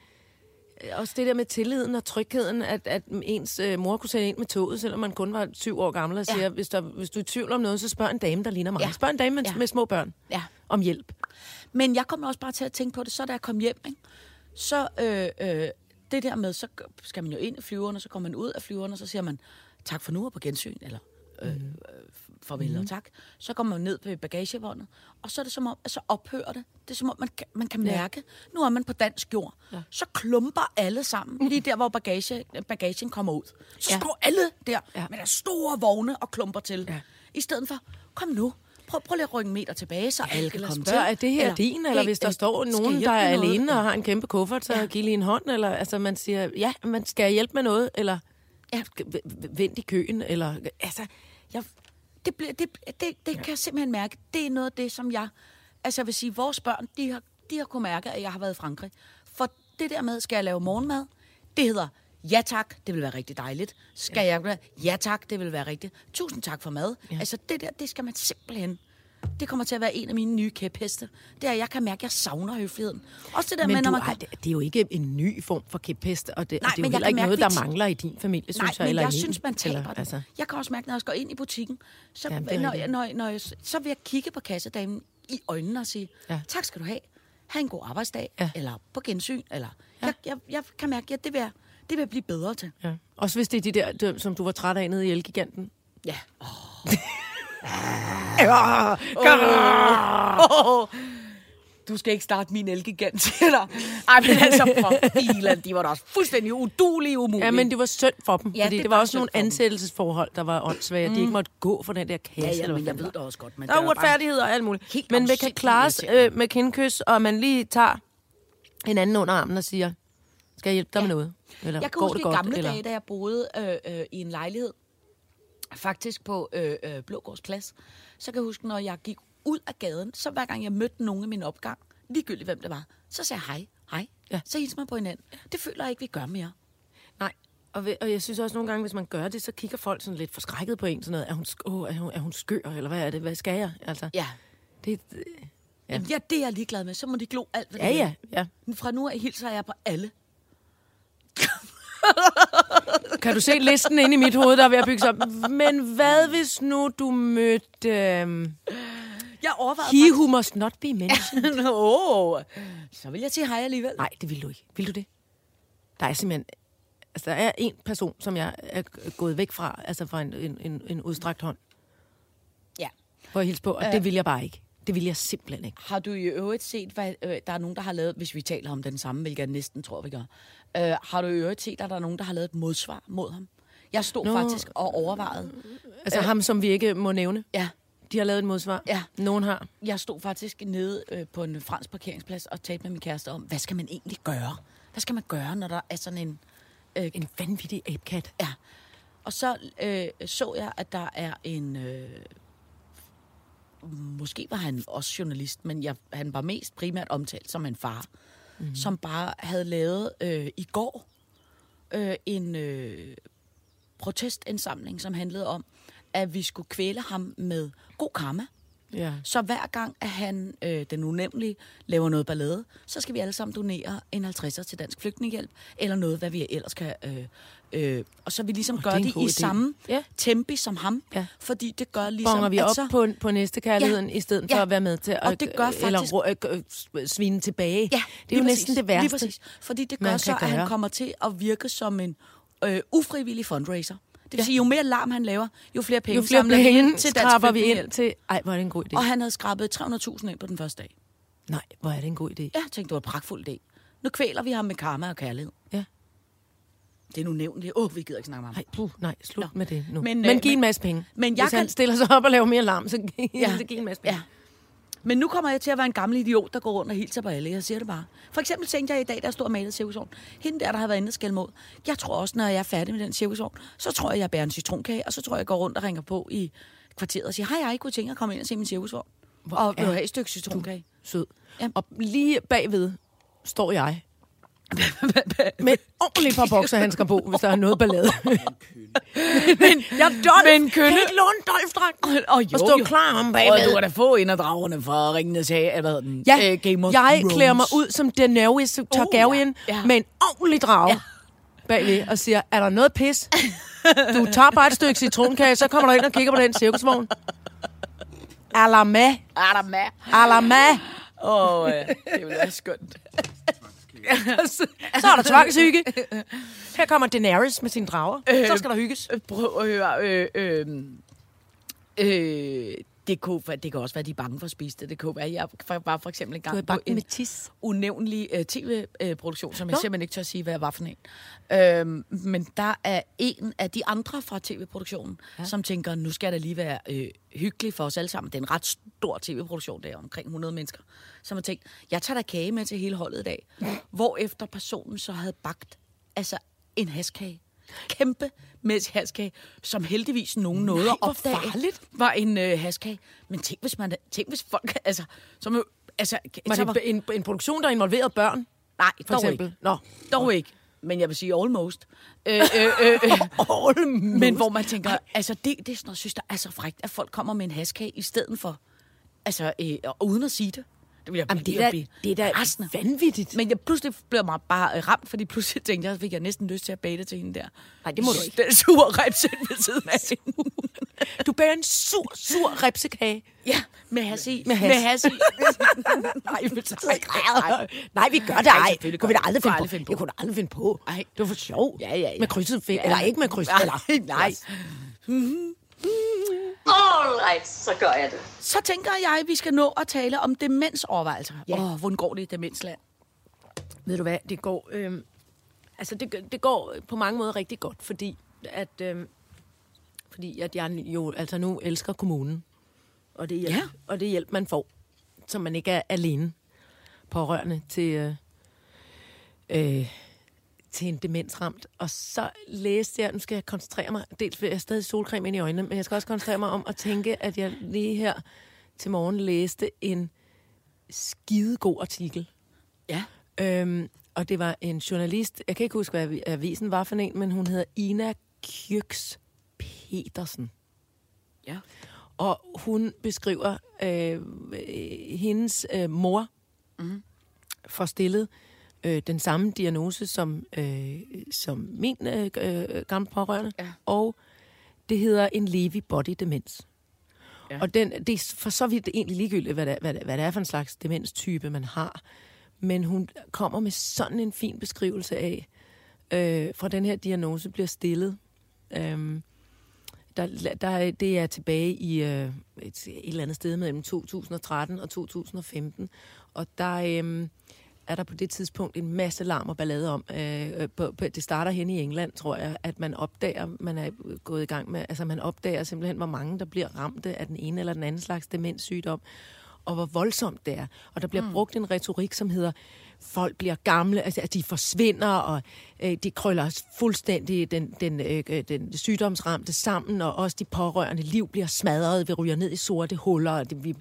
S3: øh, Også det der med tilliden og trygheden, at, at ens øh, mor kunne sætte ind med toget, selvom man kun var syv år gammel, og siger, ja. hvis, der, hvis du er i tvivl om noget, så spørg en dame, der ligner mig. Ja.
S4: Ja.
S3: Spørg en dame med, ja.
S4: Ja.
S3: med små børn
S4: Ja.
S3: om hjælp.
S4: Men jeg kom også bare til at tænke på det, så da jeg kom hjem, ikke? så øh, øh, det der med, så g- skal man jo ind i flyveren, og så kommer man ud af flyveren, og så siger man, tak for nu og på gensyn, eller øh,
S3: Mhm.
S4: øh, farvel og tak. Så kommer man ned på bagagevognet, og så er det som om, at så ophører det. Det er som om, man kan, man kan mærke, nu er man på dansk jord. Så klumper alle sammen, lige der, hvor bagage, bagagen kommer ud.
S3: Mhm.
S4: Så
S3: Ja.
S4: ja. står alle der
S3: Ja.
S4: ja. med deres store vogne og klumper til.
S3: Ja.
S4: Ja. I stedet for, kom nu, prøv, prøv lige at rykke en meter tilbage, så alle kan
S3: Eller
S4: komme
S3: spørg,
S4: til.
S3: er det her eller, din, eller
S4: "Hey,
S3: hvis der
S4: øh,
S3: står
S4: skal
S3: nogen,
S4: jeg
S3: der er
S4: hjælpe med noget?"
S3: alene og har en kæmpe kuffert, så ja. giv lige en hånd, eller altså, man siger, ja, man skal jeg hjælpe med noget, eller ja. vent i køen, eller altså, jeg,
S4: Det, bliver, det, det, det kan jeg simpelthen mærke. Det er noget af det, som jeg... Altså, jeg vil sige, vores børn, de har, de har kunnet mærke, at jeg har været i Frankrig. For det der med, skal jeg lave morgenmad? Det hedder, ja tak, det vil være rigtig dejligt. Skal jeg... Ja tak, det vil være rigtigt. Tusind tak for mad. Ja. Altså, det der, det skal man simpelthen... Det kommer til at være en af mine nye kæpheste. Det er, at jeg kan mærke, at jeg savner høfligheden. Også det der
S3: Men
S4: med,
S3: du,
S4: når man...
S3: ej,
S4: kan-
S3: det, det er jo ikke en ny form for kæphest, og det,
S4: Nej,
S3: og det er jo
S4: men jeg
S3: heller
S4: kan
S3: ikke
S4: mærke,
S3: noget,
S4: vi
S3: der
S4: t-
S3: mangler i din familie, synes jeg.
S4: Nej, men
S3: eller
S4: jeg
S3: i min,
S4: synes, man taber eller,
S3: Altså,
S4: altså. Jeg kan også mærke, når jeg går ind i butikken, så,
S3: Jamen, det er
S4: Jamen, når,
S3: rigtigt.
S4: jeg, når, jeg- når jeg, så vil jeg kigge på kassedamen i øjnene og sige,
S3: Ja.
S4: ja. tak skal du have, have en god arbejdsdag,
S3: Ja.
S4: ja. eller på gensyn, eller ja. jeg, jeg, jeg kan mærke, at det vil jeg, det vil jeg blive bedre til.
S3: ja. Også hvis det er de der, døm, som du var træt af nede i Elgiganten.
S4: Ja. Oh. [laughs] Du skal ikke starte min elgigant, [laughs] siger der. Ej, men altså, for filen, de var da også fuldstændig udulige umulige.
S3: Ja, men det var synd for dem, ja,
S4: Ja,
S3: fordi det,
S4: det
S3: var
S4: var
S3: også
S4: synd
S3: nogle
S4: for dem.
S3: ansættelsesforhold, der var åndssvage, mm. de ikke måtte gå for den der kasse.
S4: Ja, ja,
S3: eller
S4: men
S3: hvad
S4: jeg
S3: fanden
S4: ved
S3: det
S4: det
S3: var.
S4: også godt. Men
S3: Der
S4: det
S3: er
S4: bare-
S3: uretfærdighed og alt muligt.
S4: Helt
S3: men man kan
S4: afsindigt
S3: klares
S4: irriterende.
S3: øh, med kindkys, og man lige tager en anden under armen og siger, skal jeg hjælpe dig ja. med noget? Eller
S4: Jeg kan
S3: går
S4: huske
S3: det godt?
S4: i gamle
S3: eller?
S4: dage, da jeg boede øh, øh, i en lejlighed, faktisk på øh, øh, Blågårds Plads, så kan jeg huske, når jeg gik ud af gaden, så hver gang jeg mødte nogen i min opgang, ligegyldigt hvem det var, så sagde jeg hej, hej.
S3: Ja.
S4: Ja. Så hilser man på hinanden. Det føler jeg ikke, vi gør mere.
S3: Nej. Og, ved, og jeg synes også nogle gange, hvis man gør det, så kigger folk sådan lidt forskrækket på en. Sådan noget. Er, hun, sk- åh, er, hun, er hun skør, eller hvad er det? Hvad skal jeg? Altså,
S4: Ja.
S3: det,
S4: Ja. Jamen, ja, det er jeg ligeglad med. Så må de glo alt, hvad de
S3: ja,
S4: vil.
S3: ja, ja.
S4: Fra nu af hilser jeg på alle.
S3: Kan du se listen inde i mit hoved, der er ved at bygge sig op? Men hvad hvis nu du mødte... Øhm,
S4: Jeg overvejede
S3: he who must not be mentioned.
S4: faktisk... [laughs] Åh, så vil jeg sige hej alligevel.
S3: Nej, det vil du ikke. Vil du det? Der er simpelthen... Altså, der er en person, som jeg er gået væk fra, altså fra en, en, en, en udstrakt hånd,
S4: Ja.
S3: hvor jeg hilser på, og det vil jeg bare ikke. Det vil jeg simpelthen ikke.
S4: Har du i øvrigt set, hvad øh, der er nogen, der har lavet, hvis vi taler om den samme, hvilket jeg næsten tror, vi gør, øh, har du i øvrigt set, at der er nogen, der har lavet et modsvar mod ham? Jeg stod
S3: Nå.
S4: Nå. faktisk og overvejede.
S3: Altså ham, som vi ikke må nævne.
S4: Ja,
S3: De har lavet et modsvar.
S4: Ja.
S3: Nogen har.
S4: jeg stod faktisk nede øh, på en fransk parkeringsplads og talte med min kæreste om, hvad skal man egentlig gøre? Hvad skal man gøre, når der er sådan en... Øh,
S3: En vanvittig abekat.
S4: ja. Og så øh, så jeg, at der er en... Øh, måske var han også journalist, men jeg, han var mest primært omtalt som en far,
S3: Mhm.
S4: mm. som bare havde lavet øh, i går øh, en øh, protestindsamling, som handlede om, at vi skulle kvæle ham med god karma.
S3: Ja.
S4: Så hver gang, at han, øh, den unemlige, laver noget ballade, så skal vi alle sammen donere en 50'er til Dansk Flygtningehjælp, eller noget, hvad vi ellers kan... Øh, øh, og så vi ligesom oh, gør
S3: det er en
S4: det,
S3: god
S4: i
S3: idé.
S4: samme
S3: Ja.
S4: ja. tempi som ham,
S3: Ja.
S4: ja. fordi det gør ligesom...
S3: Bonger vi
S4: at
S3: op
S4: så-
S3: på, på næste kærligheden, ja.
S4: Ja.
S3: i stedet for
S4: Ja.
S3: at være med til at,
S4: Og det gør
S3: eller
S4: faktisk-
S3: ro- øh, øh, s- svine tilbage.
S4: Ja,
S3: det er jo
S4: lige
S3: næsten
S4: præcis.
S3: det værste.
S4: Lige præcis. Fordi det
S3: man
S4: gør
S3: kan
S4: så, at
S3: gøre.
S4: han kommer til at virke som en øh, ufrivillig fundraiser. Det vil ja. sige, jo mere larm han laver, jo flere penge
S3: Jo flere
S4: samler vi
S3: penge
S4: ind til Dansk
S3: skraber vi ind
S4: Flygtningehjælp.
S3: til. Ej, hvor er det en god idé.
S4: Og han havde skrabet 300.000 ind på den første dag.
S3: Nej, hvor er det en god idé.
S4: Jeg tænkte, det var en pragtfuld idé. Nu kvæler vi ham med karma og kærlighed.
S3: Ja.
S4: Det er nu nævnt. Åh, oh, vi gider ikke snakke om ham.
S3: Nej, puh, nej, slut
S4: Nå.
S3: med det nu.
S4: Men,
S3: Men,
S4: øh,
S3: men giv
S4: men-
S3: en masse penge.
S4: men jeg
S3: Hvis han
S4: kan-
S3: stiller sig op og laver mere larm, så, ja. så giv en masse penge.
S4: Ja. Men nu kommer jeg til at være en gammel idiot, der går rundt og hilser på alle. Jeg siger det bare. For eksempel tænkte jeg i dag, der stod og malede cirkusovn. Hende der, der har været inde og skælde mod. Jeg tror også, når jeg er færdig med den cirkusovn, så tror jeg, jeg bærer en citronkage, og så tror jeg, jeg går rundt og ringer på i kvarteret og siger, hej, jeg kunne tænke at komme ind og se min cirkusovn. Og vil
S3: er
S4: du have et stykke citronkage?
S3: Sød.
S4: Ja.
S3: Og lige bagved står
S4: [laughs]
S3: jeg. med ordentligt par bokserhandsker på, hvis der er noget ballade. men jeg er Dolf.
S4: Men kønne-
S3: Kan I ikke låne Dolf-dragten?
S4: Og
S3: Og stå klar om bagved.
S4: da få en af dragerne for at ringe og sige, hvad den? Øh,
S3: Ja, jeg klæder mig ud som Daenerys Targaryen uh,
S4: Oh, ja.
S3: ja.
S4: Ja.
S3: med en ordentlig drage ja. bagved og siger, er der noget pis? Du tager bare et stykke citronkage, så kommer du ind og kigger på den
S4: [laughs]
S3: cirkusvogn. Alama,
S4: Er der med?
S3: alama.
S4: Åh, oh, ja. det ville være skønt.
S3: Så er der tvangshygge. [laughs] Her kommer Daenerys med sine drager. Så skal der hygges.
S4: Øh, Prøv at høre. Øh, øh, øh, det, kunne, være- det kan også være, at de er bange for at spise det. Det kunne være, at jeg for- var for eksempel en
S3: Du er
S4: gang på
S3: bakken
S4: en
S3: med tis.
S4: unævnlig øh, tv-produktion, som jeg
S3: Nå.
S4: simpelthen ikke tør sige, hvad jeg var for en. Øh, men der er en af de andre fra tv-produktionen, ja. som tænker, nu skal der lige være øh, hyggelig for os alle sammen. Det er en ret stor tv-produktion, der er omkring 100 mennesker, som har tænkt, jeg tager da kage med til hele holdet i dag. Hvorefter personen så havde bagt altså en haskage kæmpe mæssig haskage, som heldigvis nogen nåede at
S3: hvor
S4: opdage,
S3: farligt.
S4: var en øh, haskage. Men tænk, hvis, man, tænk, hvis folk... Altså, som, jo- altså,
S3: Var
S4: så var-
S3: det en, en produktion, der involverede børn,
S4: Nej,
S3: for
S4: dog
S3: eksempel?
S4: Ikke.
S3: [laughs] Nå.
S4: Dog ikke. Men jeg vil sige almost. Øh, øh, øh,
S3: [laughs]
S4: øh. almost. Men hvor man tænker, altså det, det er sådan noget, jeg synes, der er så frækt, at folk kommer med en haskage i stedet for, altså øh, og uden at sige det. Det vil jeg
S3: Jamen, det
S4: jeg
S3: er da,
S4: blive
S3: det er da
S4: rasende.
S3: vanvittigt.
S4: Men jeg pludselig blev mig bare øh, ramt, fordi pludselig tænkte jeg, så fik jeg næsten lyst til at bage det til hende der.
S3: Nej, det må du ikke.
S4: Den sure rebsind ved siden af hende.
S3: Du bærer en sur, sur repsekage.
S4: ja, med has i.
S3: Med has.
S4: Med has i. [laughs] nej, men så
S3: Nej, nej, vi gør det ej.
S4: selvfølgelig
S3: Kunne vi da
S4: gør vi
S3: aldrig
S4: det.
S3: finde, aldrig
S4: Aldrig finde
S3: finde
S4: på.
S3: på. Det kunne du aldrig finde på.
S4: Ej.
S3: Det var for sjov.
S4: Ja, ja, ja.
S3: Med krydset fingre.
S4: Ja.
S3: Ja. Eller ikke med krydset.
S4: Nej,
S3: Eller.
S4: nej.
S2: Alright, så gør jeg det.
S4: Så tænker jeg, at vi skal nå at tale om demensovervejelser. Åh,
S3: Ja.
S4: yeah. oh, hvordan går det i demensland?
S3: Ved du hvad, det går... Øh, altså, det, det går på mange måder rigtig godt, fordi at... Øh, fordi at jeg jo altså nu elsker kommunen. Og det hjælp,
S4: Ja.
S3: ja. og det hjælp man får, så man ikke er alene pårørende til, øh, øh, til en demensramt. Og så læste jeg, nu skal jeg koncentrere mig, dels vil jeg stadig solcreme ind i øjnene, men jeg skal også koncentrere mig om at tænke, at jeg lige her til morgen læste en skidegod artikel
S4: Ja.
S3: Øhm, og det var en journalist, jeg kan ikke huske, hvad avi- avisen var for en, men hun hedder Ina Kjøks Petersen.
S4: Ja.
S3: Og hun beskriver øh, øh, hendes øh, mor mm. for stillet øh, den samme diagnose som, øh, som min øh, øh, gamle pårørende. Ja. Og det hedder en Levi body demens. Ja. Og den, det er for så vidt egentlig ligegyldigt, hvad det, er- hvad, det, hvad det er for en slags demenstype, man har. Men hun kommer med sådan en fin beskrivelse af, øh, fra den her diagnose bliver stillet. Øhm, der, der, er- det er tilbage i øh, et, et eller andet sted mellem 2013 og 2015. Og der øh, er der på det tidspunkt en masse larm og ballade om. Øh, øh, på, på, det starter hen i England, tror jeg, at man opdager, man er gået i gang med, altså man opdager simpelthen, hvor mange der bliver ramt af den ene eller den anden slags demenssygdom og hvor voldsomt det er. Og der bliver mm. brugt en retorik, som hedder, folk bliver gamle, altså at de forsvinder, og øh, de krøller s- fuldstændig den, den, øh, øh, den sygdomsramte sammen, og også de pårørende liv bliver smadret, vi ryger ned i sorte huller, og det, vi,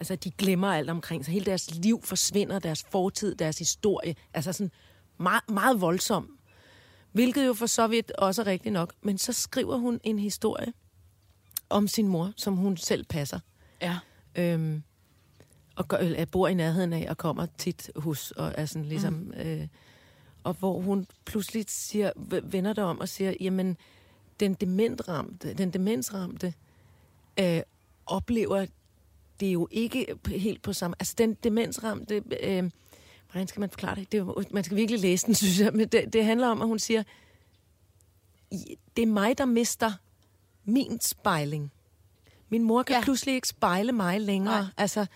S3: altså de glemmer alt omkring sig. Hele deres liv forsvinder, deres fortid, deres historie, altså sådan meget, meget voldsom. Hvilket jo for så vidt også er rigtigt nok. Men så skriver hun en historie om sin mor, som hun selv passer
S4: Ja.
S3: øhm, og gør, eller bor i nærheden af og kommer tit hos og er sådan ligesom mm. øh, og hvor hun pludselig siger v- vender det om og siger jamen den dementramte den demensramte øh, oplever det jo ikke p- helt på samme altså den demensramte øh, hvordan skal man forklare det, det er jo- man skal virkelig læse den [laughs] synes jeg men det, det handler om at hun siger "I- det er mig der mister min spejling min mor kan
S4: Ja.
S3: ja. pludselig ikke spejle mig længere.
S4: Nej.
S3: Altså,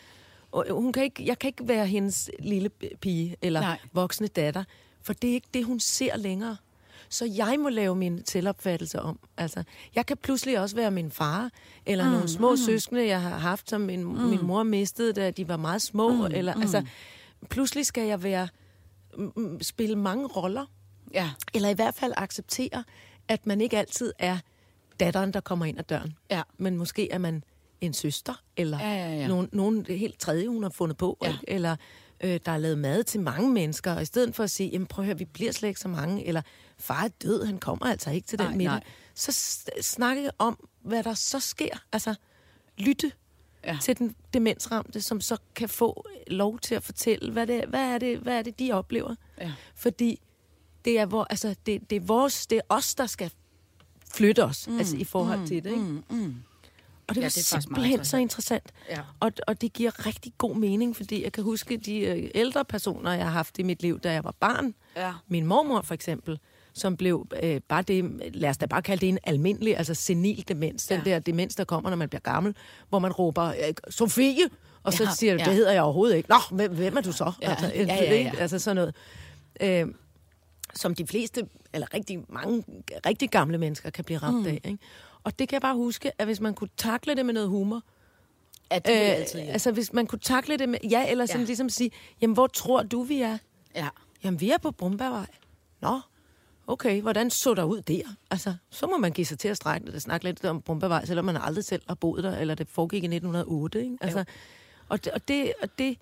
S3: og hun kan ikke, jeg kan ikke være hendes lille b- pige eller
S4: Nej.
S3: Nej. voksne datter, for det er ikke det, hun ser længere. Så jeg må lave min selvopfattelse om. Altså, jeg kan pludselig også være min far, eller mm, nogle små mm. søskende, jeg har haft, som min, mm. min mor mistede, da de var meget små. Mm, eller, Altså, pludselig skal jeg være, m- m- spille mange roller.
S4: Ja.
S3: Eller i hvert fald acceptere, at man ikke altid er datteren, der kommer ind ad døren.
S4: Ja.
S3: Men måske er man en søster, eller
S4: Ja, ja, ja.
S3: Nogen, nogen helt tredje, hun har fundet på,
S4: Ja.
S3: ja. eller øh, der er lavet mad til mange mennesker, og i stedet for at sige, jamen prøv at høre, vi bliver slet ikke så mange, eller far er død, han kommer altså ikke til den
S4: Nej,
S3: middag,
S4: nej.
S3: så s- snakke om, hvad der så sker. Altså, lytte
S4: Ja.
S3: ja. til den demensramte, som så kan få lov til at fortælle, hvad, det, hvad, er, det, hvad er det, de oplever.
S4: Ja.
S3: Fordi det er, vor, altså, det, det er vores, det er os, der skal flytte os mm, altså, i forhold mm, til det. Ikke? Mm, mm. Og det
S4: Ja,
S3: var
S4: det
S3: det
S4: er faktisk meget
S3: simpelthen så interessant.
S4: Ja.
S3: Og, og det giver rigtig god mening, fordi jeg kan huske de øh, ældre personer, jeg har haft i mit liv, da jeg var barn.
S4: Ja.
S3: Min mormor for eksempel, som blev øh, bare det, lad os da bare kalde det en almindelig, altså senil demens. Den
S4: Ja.
S3: der demens, der kommer, når man bliver gammel, hvor man råber, øh, Sofie! Og så
S4: Ja,
S3: ja, siger du,
S4: ja.
S3: det hedder jeg overhovedet ikke. Nå, hvem, hvem er du så?
S4: Ja,
S3: Altså,
S4: ja, ja, ja.
S3: altså sådan noget. Øh, som de fleste, eller rigtig mange rigtig gamle mennesker kan blive ramt mm. af. Ikke? Og det kan jeg bare huske, at hvis man kunne takle det med noget humor,
S4: Ja, det vil altid
S3: øh, altså hvis man kunne takle det med, ja, eller sådan
S4: Ja.
S3: ja. ligesom sige, jamen hvor tror du, vi er?
S4: Ja.
S3: Jamen vi er på Brumbærvej. Nå, okay, hvordan så der ud der? Altså, så må man give sig til at strække, snakke lidt om Brumbærvej, selvom man aldrig selv har boet der, eller det foregik i 1908, ikke? Altså, og det, og det, og det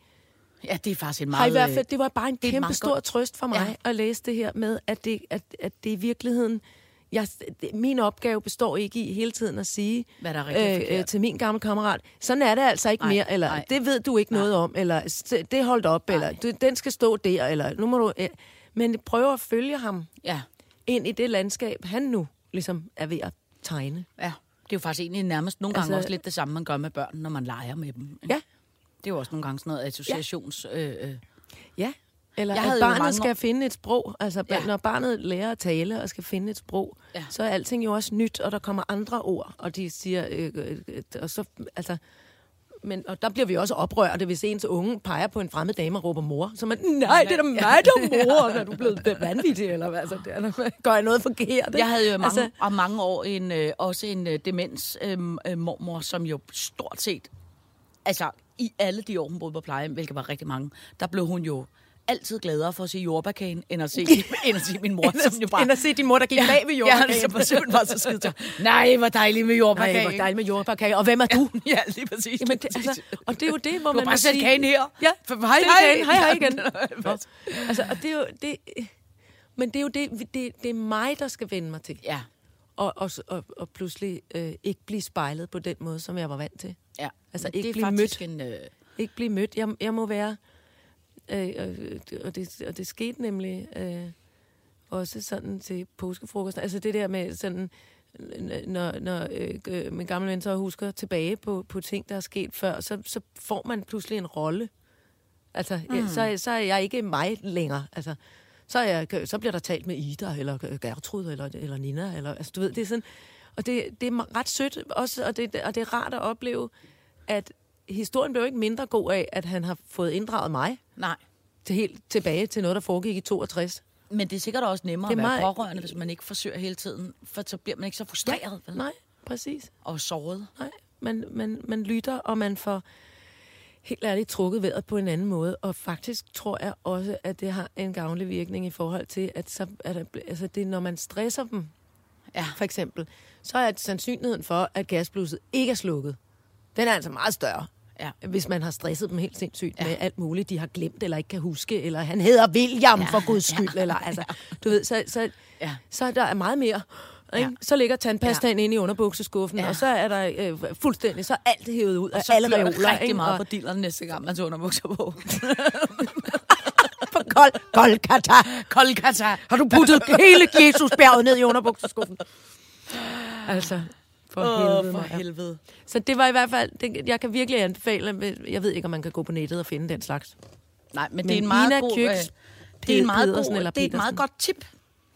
S4: ja, det er faktisk en
S3: har i
S4: meget... øh,
S3: hvert fald, det var bare en
S4: er et meget
S3: kæmpe stor
S4: godt-
S3: trøst for mig ja. at læse det her med, at det, at, at det i virkeligheden... Jeg, det, min opgave består ikke i hele tiden at sige øh,
S4: Hvad der er rigtigt og forkert.
S3: til min gamle kammerat, sådan er det altså ikke
S4: Nej,
S3: nej, mere, eller
S4: nej.
S3: nej. det ved du ikke nej. noget om, eller "S- det holdt op, nej. eller "Du- den skal stå der, eller nu må du... Øh, men prøv at følge ham
S4: Ja,
S3: ind i det landskab, han nu ligesom er ved at tegne.
S4: ja. Det er jo faktisk egentlig nærmest nogle gange altså,
S3: Altså-
S4: også lidt det samme, man gør med børn, når man leger med dem. ikke?
S3: Ja.
S4: Det er jo også nogle gange sådan noget associations... Øh, øh.
S3: Ja. Eller
S4: Jeg
S3: jeg
S4: havde
S3: at
S4: jo
S3: barnet
S4: mange år-
S3: skal finde et sprog. Altså,
S4: Ja.
S3: ja. når barnet lærer at tale og skal finde et sprog,
S4: Ja.
S3: ja. så er alting jo også nyt, og der kommer andre ord, og de siger... Øh, øh, øh, og så, altså, men og der bliver vi også oprørte, hvis ens unge peger på en fremmed dame og råber mor. Så man, nej, det er da mig, der er mor, er du blevet vanvittig, eller hvad? Altså, det er, da- [laughs] gør jeg noget forkert? ikke?
S4: Jeg havde jo mange, altså, og mange år en, øh, også en øh, demens øh, øh, mormor, som jo stort set, altså i alle de år, hun boede på plejehjem, hvilket var rigtig mange, der blev hun jo altid gladere for at se jordbærkagen,
S3: [laughs]
S4: end at se, end at se min mor,
S3: End at-
S4: som jo bare...
S3: end at se din mor, der gik bag ved
S4: [laughs] Ja,
S3: jordbærkagen.
S4: som simpelthen var så skidt. Nej, hvor dejligt med jordbærkagen.
S3: Nej, hvor dejligt med jordbærkage. Og hvem er du?
S4: [laughs] Ja, lige præcis.
S3: Jamen,
S4: lige
S3: det,
S4: præcis. [laughs]
S3: altså, og det er jo det, hvor
S4: Du har
S3: man
S4: bare
S3: må
S4: sat
S3: sige-
S4: kagen her.
S3: Ja,
S4: For-
S3: for,
S4: hej,
S3: hej,
S4: hej.
S3: hej, hej, hej
S4: [laughs]
S3: igen. Nå, altså, og det er jo, det, men det er jo det, vi- det, det er mig, der skal vende mig til.
S4: Ja,
S3: Og, og, og, og pludselig øh, ikke blive spejlet på den måde, som jeg var vant til.
S4: ja.
S3: Altså,
S4: Men
S3: ikke
S4: det er
S3: blive
S4: faktisk
S3: mødt.
S4: En, øh,
S3: Ikke blive mødt. Jeg, jeg må være... Øh, og- og, det, og det skete nemlig øh, også sådan til påskefrokosten. Altså det der med sådan, n- når, når øh, øh, min gamle ven så husker tilbage på, på ting, der er sket før, så, så får man pludselig en rolle. Altså, mm. ja, så, er- så er jeg ikke mig længere. Altså, så, er jeg, så bliver der talt med Ida, eller Gertrud, eller, eller Nina. Eller, altså, du ved, det er sådan, og det, det er ret sødt også, og det, og det er rart at opleve, at historien blev ikke mindre god af, at han har fået inddraget mig
S4: nej.
S3: til helt tilbage til noget, der foregik i 62.
S4: Men det er sikkert også nemmere
S3: Det
S4: at
S3: er
S4: være
S3: meget-
S4: pårørende, hvis man ikke forsøger hele tiden, for så bliver man ikke så frustreret vel?
S3: Nej, præcis.
S4: og såret.
S3: Nej, man, man, man lytter, og man får helt ærligt trukket vejret på en anden måde. Og faktisk tror jeg også, at det har en gavnlig virkning i forhold til, at så er der, bl- altså det, er, når man stresser dem,
S4: Ja.
S3: for eksempel, så er sandsynligheden for, at gasblusset ikke er slukket, den er altså meget større.
S4: Ja.
S3: Hvis man har stresset dem helt sindssygt ja. med alt muligt, de har glemt eller ikke kan huske, eller han hedder William ja. for guds skyld, ja. eller altså, du ved, så, så,
S4: Ja.
S3: ja. så er der er meget mere. Ikke? Ja. Så ligger tandpastaen ja. inde i underbukseskuffen,
S4: Ja.
S3: ja. og så er der øh, fuldstændig, så er alt det hævet ud af
S4: Så
S3: alle
S4: bliver
S3: reoler.
S4: det rigtig
S3: ikke?
S4: meget på
S3: og,
S4: dilleren næste gang, man tager underbukser på.
S3: på kold, Kolkata.
S4: Kolkata.
S3: Har du puttet hele Jesusbjerget ned i underbukseskuffen? Altså, for
S4: Åh,
S3: helvede.
S4: for
S3: Maja.
S4: helvede.
S3: Så det var i hvert fald, det, jeg kan virkelig anbefale, jeg ved ikke, om man kan gå på nettet og finde den slags.
S4: Nej, men, men det er
S3: Men
S4: en meget
S3: Ina
S4: god...
S3: Kjøks,
S4: øh, det er en meget
S3: Pedersen
S4: god,
S3: eller
S4: det er et meget
S3: Petersen.
S4: godt tip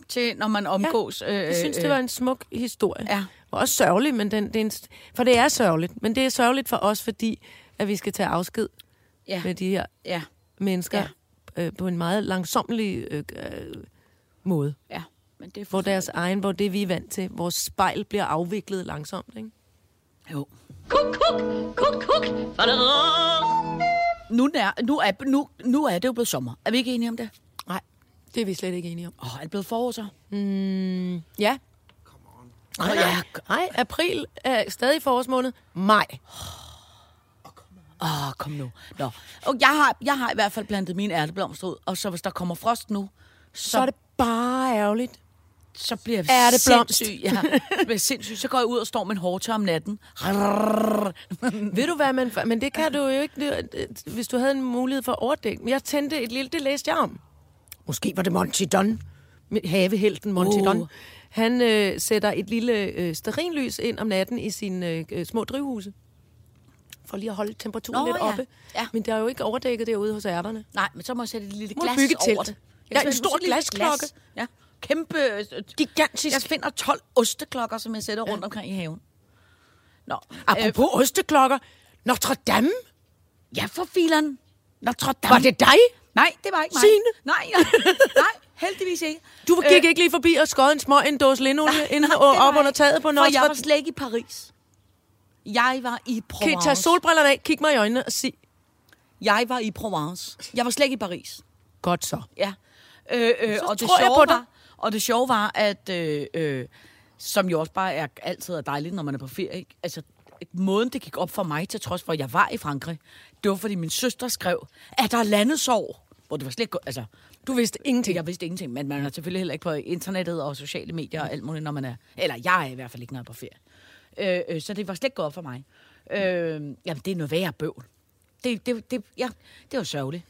S4: til, når man omgås... øh,
S3: Ja, jeg synes, det var en smuk historie.
S4: Ja.
S3: Og også sørgelig, men den, det er en, st- for det er sørgeligt. Men det er sørgeligt for os, fordi at vi skal tage afsked
S4: [laughs] Ja.
S3: med de her
S4: Ja,
S3: mennesker ja. øh, på en meget langsomlig øh, øh, måde.
S4: ja. Men det er
S3: Hvor deres egen, hvor det vi er vant til, vores spejl bliver afviklet langsomt, ikke?
S4: Jo.
S2: Kuk, kuk, kuk, kuk.
S4: Nu er, nu, er, nu, nu er det jo blevet sommer. Er vi ikke enige om det?
S3: Nej, det er vi slet ikke enige om.
S4: Åh, oh, er det blevet forår så?
S3: Ja. Come on. Nej, nej, april er stadig forårsmåned. Maj.
S4: Åh, oh, kom nu. Nå. Og jeg, har, jeg har i hvert fald plantet mine ærteblomster ud, og så hvis der kommer frost nu, så,
S3: Så er det bare ærgerligt.
S4: så bliver jeg
S3: Ærteblomst.
S4: sindssyg. [laughs] Ja,
S3: [laughs]
S4: bliver sindssyg. Så går jeg ud og står med en hårdtør om natten.
S3: Ved du hvad, man... Men det kan du jo ikke, det- hvis du havde en mulighed for overdækning. Jeg tændte et lille... Det læste jeg om. Måske var det Monty Don. Havehelten Monty
S4: Uh.
S3: uh. Don. Han øh, sætter et lille øh, sterinlys ind om natten i sine øh, øh, små drivhuse. For lige at holde temperaturen
S4: Nå,
S3: lidt
S4: ja.
S3: oppe.
S4: Ja.
S3: Men der er jo ikke overdækket derude hos ærterne.
S4: Nej, men så må jeg sætte et lille
S3: Må du
S4: glas
S3: bygge
S4: over
S3: telt?
S4: det.
S3: Ja, en
S4: sætter
S3: stor
S4: sådan et lille
S3: glasklokke.
S4: glas. Ja. Kæmpe... øh,
S3: Gigantisk.
S4: Jeg finder 12 osteklokker, som jeg sætter rundt omkring i haven. Nå,
S3: Apropos øh, osteklokker. Notre Dame,
S4: øh, ja, for fileren. Notre Dame.
S3: var det dig?
S4: Nej, det var ikke mig.
S3: Signe?
S4: Nej, nej, [laughs] nej, heldigvis ikke.
S3: Du gik øh, ikke lige forbi og skød en smøg en dåse lindolie inden op under taget på
S4: Notre For jeg var
S3: Notre
S4: slet ikke i Paris. Jeg var i
S3: Kan I
S4: Provence.
S3: tage solbrillerne af, kig mig i øjnene og sig,
S4: Jeg var i Provence. Jeg var slet ikke i Paris.
S3: godt så.
S4: Ja. Øh, øh,
S3: Så
S4: og det
S3: tror jeg
S4: sjove
S3: på dig.
S4: Var, og det sjove var, at... Øh, øh, som jo også bare er, altid er dejligt, når man er på ferie. Ikke? Altså, måden det gik op for mig, til trods for, at jeg var i Frankrig, det var, fordi min søster skrev, at der er landesorg. Hvor det var slet ikke... gå- Altså,
S3: Du vidste ingenting.
S4: Jeg vidste ingenting, men man er selvfølgelig heller ikke på internettet og sociale medier og alt muligt, når man er... Eller jeg er i hvert fald ikke, når jeg er på ferie. Øh, øh, så det var slet ikke gået op for mig. Øh, jamen, det er noget værre bøvl. Det, det, det, ja, det var sørgeligt.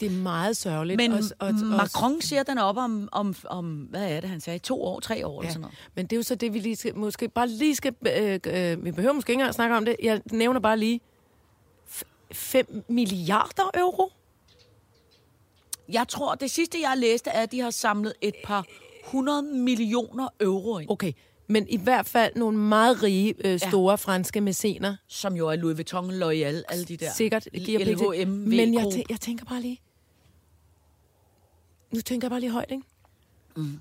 S3: Det er meget sørgeligt.
S4: Men
S3: Også- og- og-
S4: Macron siger, at den er oppe om, om, om, hvad er det, han sagde, to år, tre år ja. eller
S3: Ja.
S4: sådan noget.
S3: Men det er jo så det, vi lige skal, måske bare lige skal... Øh, øh, vi behøver måske ikke engang at snakke om det. Jeg nævner bare lige... 5 milliarder euro?
S4: Jeg tror, det sidste, jeg læste, er, at de har samlet et par 100 millioner euro ind,
S3: Okay, men i hvert fald nogle meget rige, øh, store ja. franske mæscener.
S4: som jo er Louis Vuitton, Loyal, alle de der.
S3: Sikkert giver pligt til.
S4: LHM,
S3: Men jeg, tæ-
S4: tænker...
S3: jeg tænker bare lige... Nu tænker jeg bare lige højt, ikke? Mm.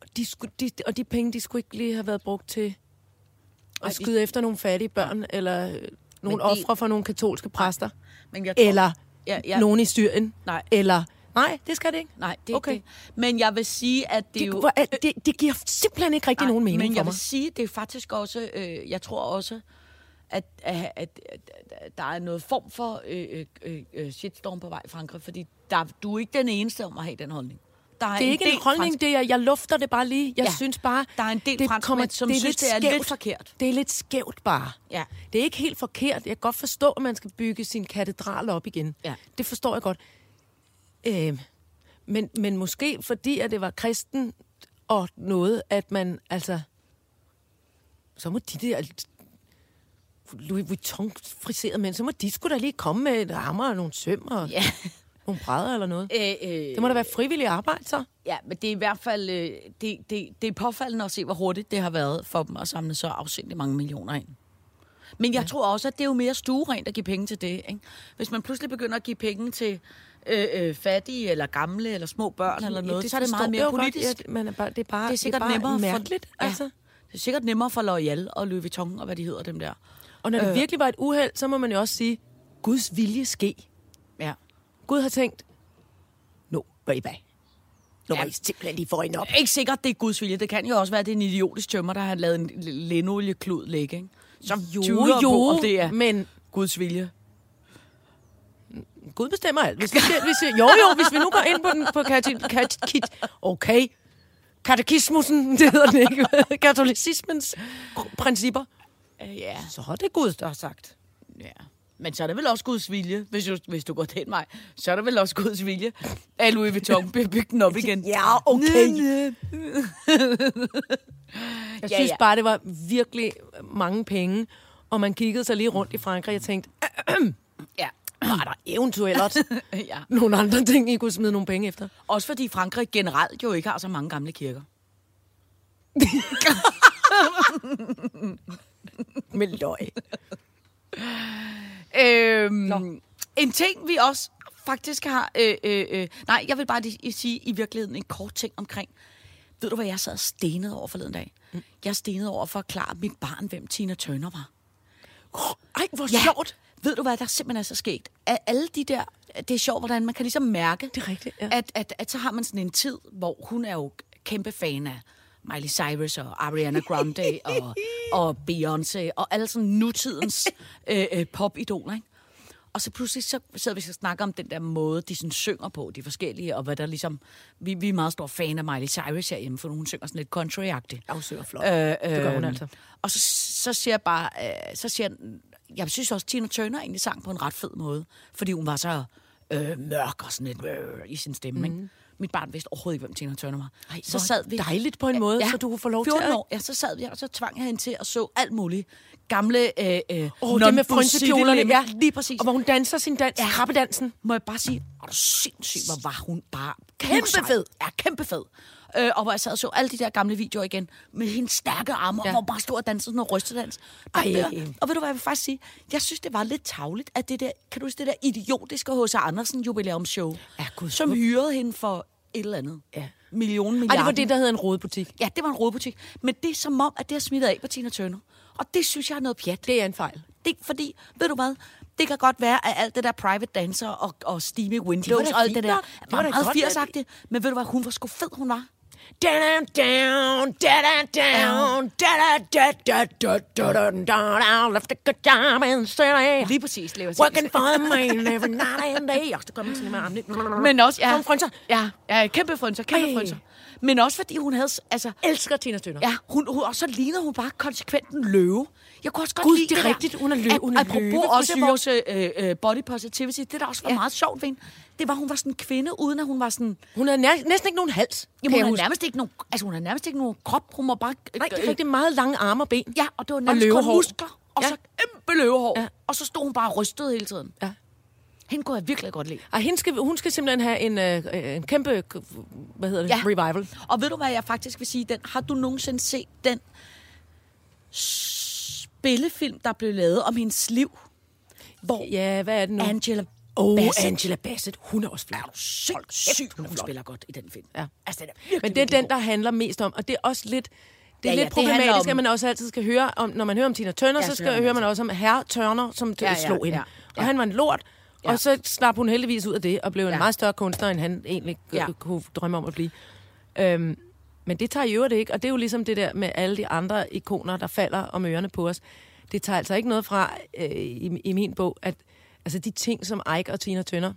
S3: Og, de skulle, de, og de penge, de skulle ikke lige have været brugt til at skyde efter nogle fattige børn, eller øh, nogle
S4: de-
S3: ofre for nogle katolske præster,
S4: Men jeg tror,
S3: eller
S4: Ja,
S3: ja,
S4: ja.
S3: ja. nogen i Syrien,
S4: Nej.
S3: eller... Nej, det skal det ikke.
S4: Nej, det er okay.
S3: okay.
S4: ikke det. Men jeg vil sige, at det,
S3: Det,
S4: jo...
S3: hvor er- det, det giver simpelthen ikke rigtig
S4: Nej,
S3: nogen mening
S4: men
S3: for
S4: jeg
S3: mig.
S4: vil sige, det er faktisk også, øh, jeg tror også, at, at, at, at der er noget form for øh, øh, øh, øh, shitstorm på vej i Frankrig, fordi der, du er ikke den eneste om at have den holdning. Der
S3: Det er ikke en
S4: del
S3: holdning, det er, jeg lufter det bare lige. Jeg
S4: Ja.
S3: ja. synes bare,
S4: Der er en del franskmænd, som synes,
S3: lidt
S4: det er lidt forkert.
S3: Det er lidt skævt bare.
S4: Ja.
S3: Det er ikke helt forkert. Jeg kan godt forstå, at man skal bygge sin katedral op igen.
S4: Ja.
S3: Det forstår jeg godt. Øh, men, men måske fordi, at det var kristen og noget, at man altså... Så må de der Louis Vuitton friserede mænd, så må de skulle da lige komme med et hammer og nogle søm og
S4: Ja.
S3: [laughs] nogle brædder eller noget.
S4: Øh, øh,
S3: Det må da være frivillig arbejde, så.
S4: Ja, men det er i hvert fald øh, det, det, det er påfaldende at se, hvor hurtigt det har været for dem at samle så afsindelig mange millioner ind. Men jeg ja. tror også, at det er jo mere stuerent at give penge til det. Ikke? Hvis man pludselig begynder at give penge til øh, øh, fattige, eller gamle, eller små børn, eller noget, så er det
S3: forstår
S4: meget
S3: jeg
S4: mere
S3: jo godt.
S4: politisk. Godt,
S3: Ja, man er bare, det er bare,
S4: det er sikkert
S3: det er bare
S4: nemmere
S3: mærkeligt.
S4: for...
S3: For, altså.
S4: Ja. Det er sikkert nemmere for Loyal og Louis Vuitton og hvad de hedder dem der.
S3: Og
S4: Øh.
S3: når det virkelig var et uheld, så må man jo også sige, Guds vilje ske.
S4: Ja.
S3: Gud har tænkt, nu var I bag. Nu var
S4: Ja.
S3: I simpelthen lige for en op.
S4: Ikke sikkert, det er Guds vilje. Det kan jo også være, at det er en idiotisk tømmer, der har lavet en l- linolieklud ligge. Ikke? Så
S3: Jo,
S4: tvivler
S3: jo,
S4: på, om det er
S3: men-
S4: Guds vilje.
S3: Gud bestemmer alt. Hvis vi, siger, hvis vi, jo, jo, hvis vi nu går ind på, den, på kati, kati, kit, okay, katekismusen, [laughs] det hedder den ikke, katolicismens principper,
S4: Ja.
S3: så er det Gud, der har sagt.
S4: Ja. Men så er det vel også Guds vilje, hvis du, hvis du går den vej. Så er det vel også Guds vilje, at Louis Vuitton bliver bygget [laughs] den op igen.
S3: Ja, okay. Jeg
S4: Ja,
S3: ja, synes
S4: ja.
S3: ja. bare, det var virkelig mange penge, og man kiggede sig lige rundt i Frankrig, og jeg tænkte,
S4: ja.
S3: var der eventuelt også
S4: ja.
S3: nogle andre ting, I kunne smide nogle penge efter?
S4: Også fordi Frankrig generelt jo ikke har så mange gamle kirker.
S3: Med løg.
S4: Øhm, En ting, vi også faktisk har... Øh, øh, øh, nej, jeg vil bare lige sige i virkeligheden en kort ting omkring... Ved du, hvad jeg sad og stenede over forleden dag? Mm. Jeg stenede over for at forklare mit barn, hvem Tina Turner var.
S3: Ej, hvor ja. sjovt.
S4: Ved du, hvad der simpelthen er så sket? At alle de der... Det er sjovt, hvordan man kan ligesom mærke...
S3: Det er rigtigt, ja.
S4: at, at, at så har man sådan en tid, hvor hun er jo kæmpe fan af Miley Cyrus og Ariana
S3: [laughs]
S4: Grande og, og Beyoncé og alle sådan
S3: [laughs]
S4: nutidens øh, øh, popidoler, ikke? Og så pludselig så sidder vi og snakker om den der måde, de sådan synger på, de forskellige, og hvad der ligesom... Vi, vi er meget store fan af Miley Cyrus herhjemme, for hun synger sådan lidt country-agtigt.
S3: Afsøger flot. Øh, øh, det gør hun altså.
S4: Og så, så siger jeg bare, øh, så siger jeg, jeg synes også, Tina Turner egentlig sang på en ret fed måde, fordi hun var så øh, mørk og sådan lidt øh, i sin stemme, mm. ikke? Mit barn vidste overhovedet ikke, hvem Tina Turner var. Ej,
S3: hvor dejligt på en måde, så du kunne få lov til
S4: 14
S3: at-
S4: år, ja, så sad jeg, og så tvang jeg hende til at så alt muligt. Gamle øh, øh,
S3: Åh, det med
S4: non-Busidi-
S3: frynsekjolerne.
S4: Ja, lige præcis.
S3: Og hvor hun danser sin dans. Ja. Krabbedansen.
S4: må jeg bare sige, er du sindssyg, hvor var hun bare
S3: Kæmpe
S4: knivsej.
S3: fed.
S4: Ja, kæmpe fed. Øh, og hvor jeg sad og så alle de der gamle videoer igen, med hendes stærke arme, ja. og hvor hun bare stod og dansede sådan noget rystedans. Og,
S3: Ej.
S4: der, og ved du hvad, jeg vil faktisk sige, jeg synes, det var lidt tavligt, at det der, kan du huske det der idiotiske H.C. Andersen jubilæumsshow,
S3: Ja, gud.
S4: som hyrede hende for et eller andet.
S3: Ja.
S4: Million,
S3: Ej,
S4: milliarder.
S3: det var det, der hedder en rodebutik.
S4: Ja, det var en rådbutik. Men det er som om, at det har smittet af på Tina Turner. Og det synes jeg er noget pjat.
S3: Det er en fejl.
S4: Det, fordi, ved du hvad, det kan godt være, at alt det der private dancer og, og steamy windows
S3: da
S4: og alt
S3: fint
S4: det der,
S3: nok. Det var
S4: var
S3: da
S4: meget
S3: godt,
S4: 80 Men ved du hvad, hun var sgu fed, hun var.
S3: Da-da, down, da-da, down, da-da, da, da, da, da, da, da, da, left a good job in the city.
S4: Lige præcis, Leo
S3: Working for the man every night and day. Og så kommer man sådan med armene.
S4: Men også, ja.
S3: Som frynser.
S4: Ja, ja kæmpe frønser, kæmpe
S3: Ej.
S4: frønser. Men også fordi hun havde, s- altså,
S3: Elsker Tina Turner.
S4: Ja, hun, hun, og så lignede hun bare konsekvent en løve. Jeg kunne også godt
S3: Gud,
S4: lide
S3: det er
S4: der.
S3: rigtigt. Hun er lø-
S4: Ap-
S3: hun er
S4: apropos
S3: løve,
S4: også
S3: frisyre.
S4: vores øh, øh, body positivity, det der også var ja. meget sjovt ved hende, det var, hun var sådan en kvinde, uden at hun var sådan...
S3: Hun havde nær- næsten ikke nogen hals. kan
S4: Jamen, hun
S3: jeg
S4: har
S3: huske.
S4: nærmest ikke nogen, altså, hun har nærmest ikke nogen krop, hun var bare... øh,
S3: Nej, det er
S4: øh,
S3: rigtig meget lange arme og ben.
S4: Ja, og det var nærmest og kun
S3: løvehår.
S4: muskler, og
S3: Ja.
S4: så kæmpe løvehår.
S3: Ja.
S4: Ja. Og så stod hun bare og rystede hele tiden.
S3: Ja.
S4: Hende kunne jeg virkelig godt lide.
S3: Og hende skal, hun skal simpelthen have en, øh, en kæmpe, øh, hvad hedder det,
S4: Ja.
S3: revival.
S4: Og ved du, hvad jeg faktisk vil sige? Den, har du nogensinde set den spillefilm, der blev lavet om hendes liv? Hvor
S3: Ja, hvad er det nu?
S4: Angela
S3: oh,
S4: Bassett.
S3: Angela Bassett. Hun er også flot.
S4: Sindssygt, hun
S3: flot.
S4: spiller godt i den film.
S3: Ja.
S4: Altså, den er virkelig,
S3: Men det er
S4: virkelig
S3: den, der handler mest om, og det er også lidt... Det er ja,
S4: Ja, ja,
S3: lidt
S4: det handler
S3: problematisk,
S4: om-
S3: at man også altid skal høre om, når man hører om Tina Turner,
S4: Ja,
S3: så
S4: så
S3: skal,
S4: hører man altså.
S3: hører man også om herre Turner, som ja,
S4: Ja,
S3: ja,
S4: ja,
S3: slog hende. Ja,
S4: ja,
S3: ja. Og
S4: ja.
S3: han var en lort, ja.
S4: Ja.
S3: og så slap hun heldigvis ud af det, og blev en ja.
S4: Ja.
S3: meget større kunstner, end han egentlig ja.
S4: Ja.
S3: kunne drømme om at blive. Øhm, men det tager i øvrigt ikke, og det er jo ligesom det der med alle de andre ikoner, der falder om ørerne på os. Det tager altså ikke noget fra øh, i, i min bog, at altså, de ting, som Ike og Tina Turner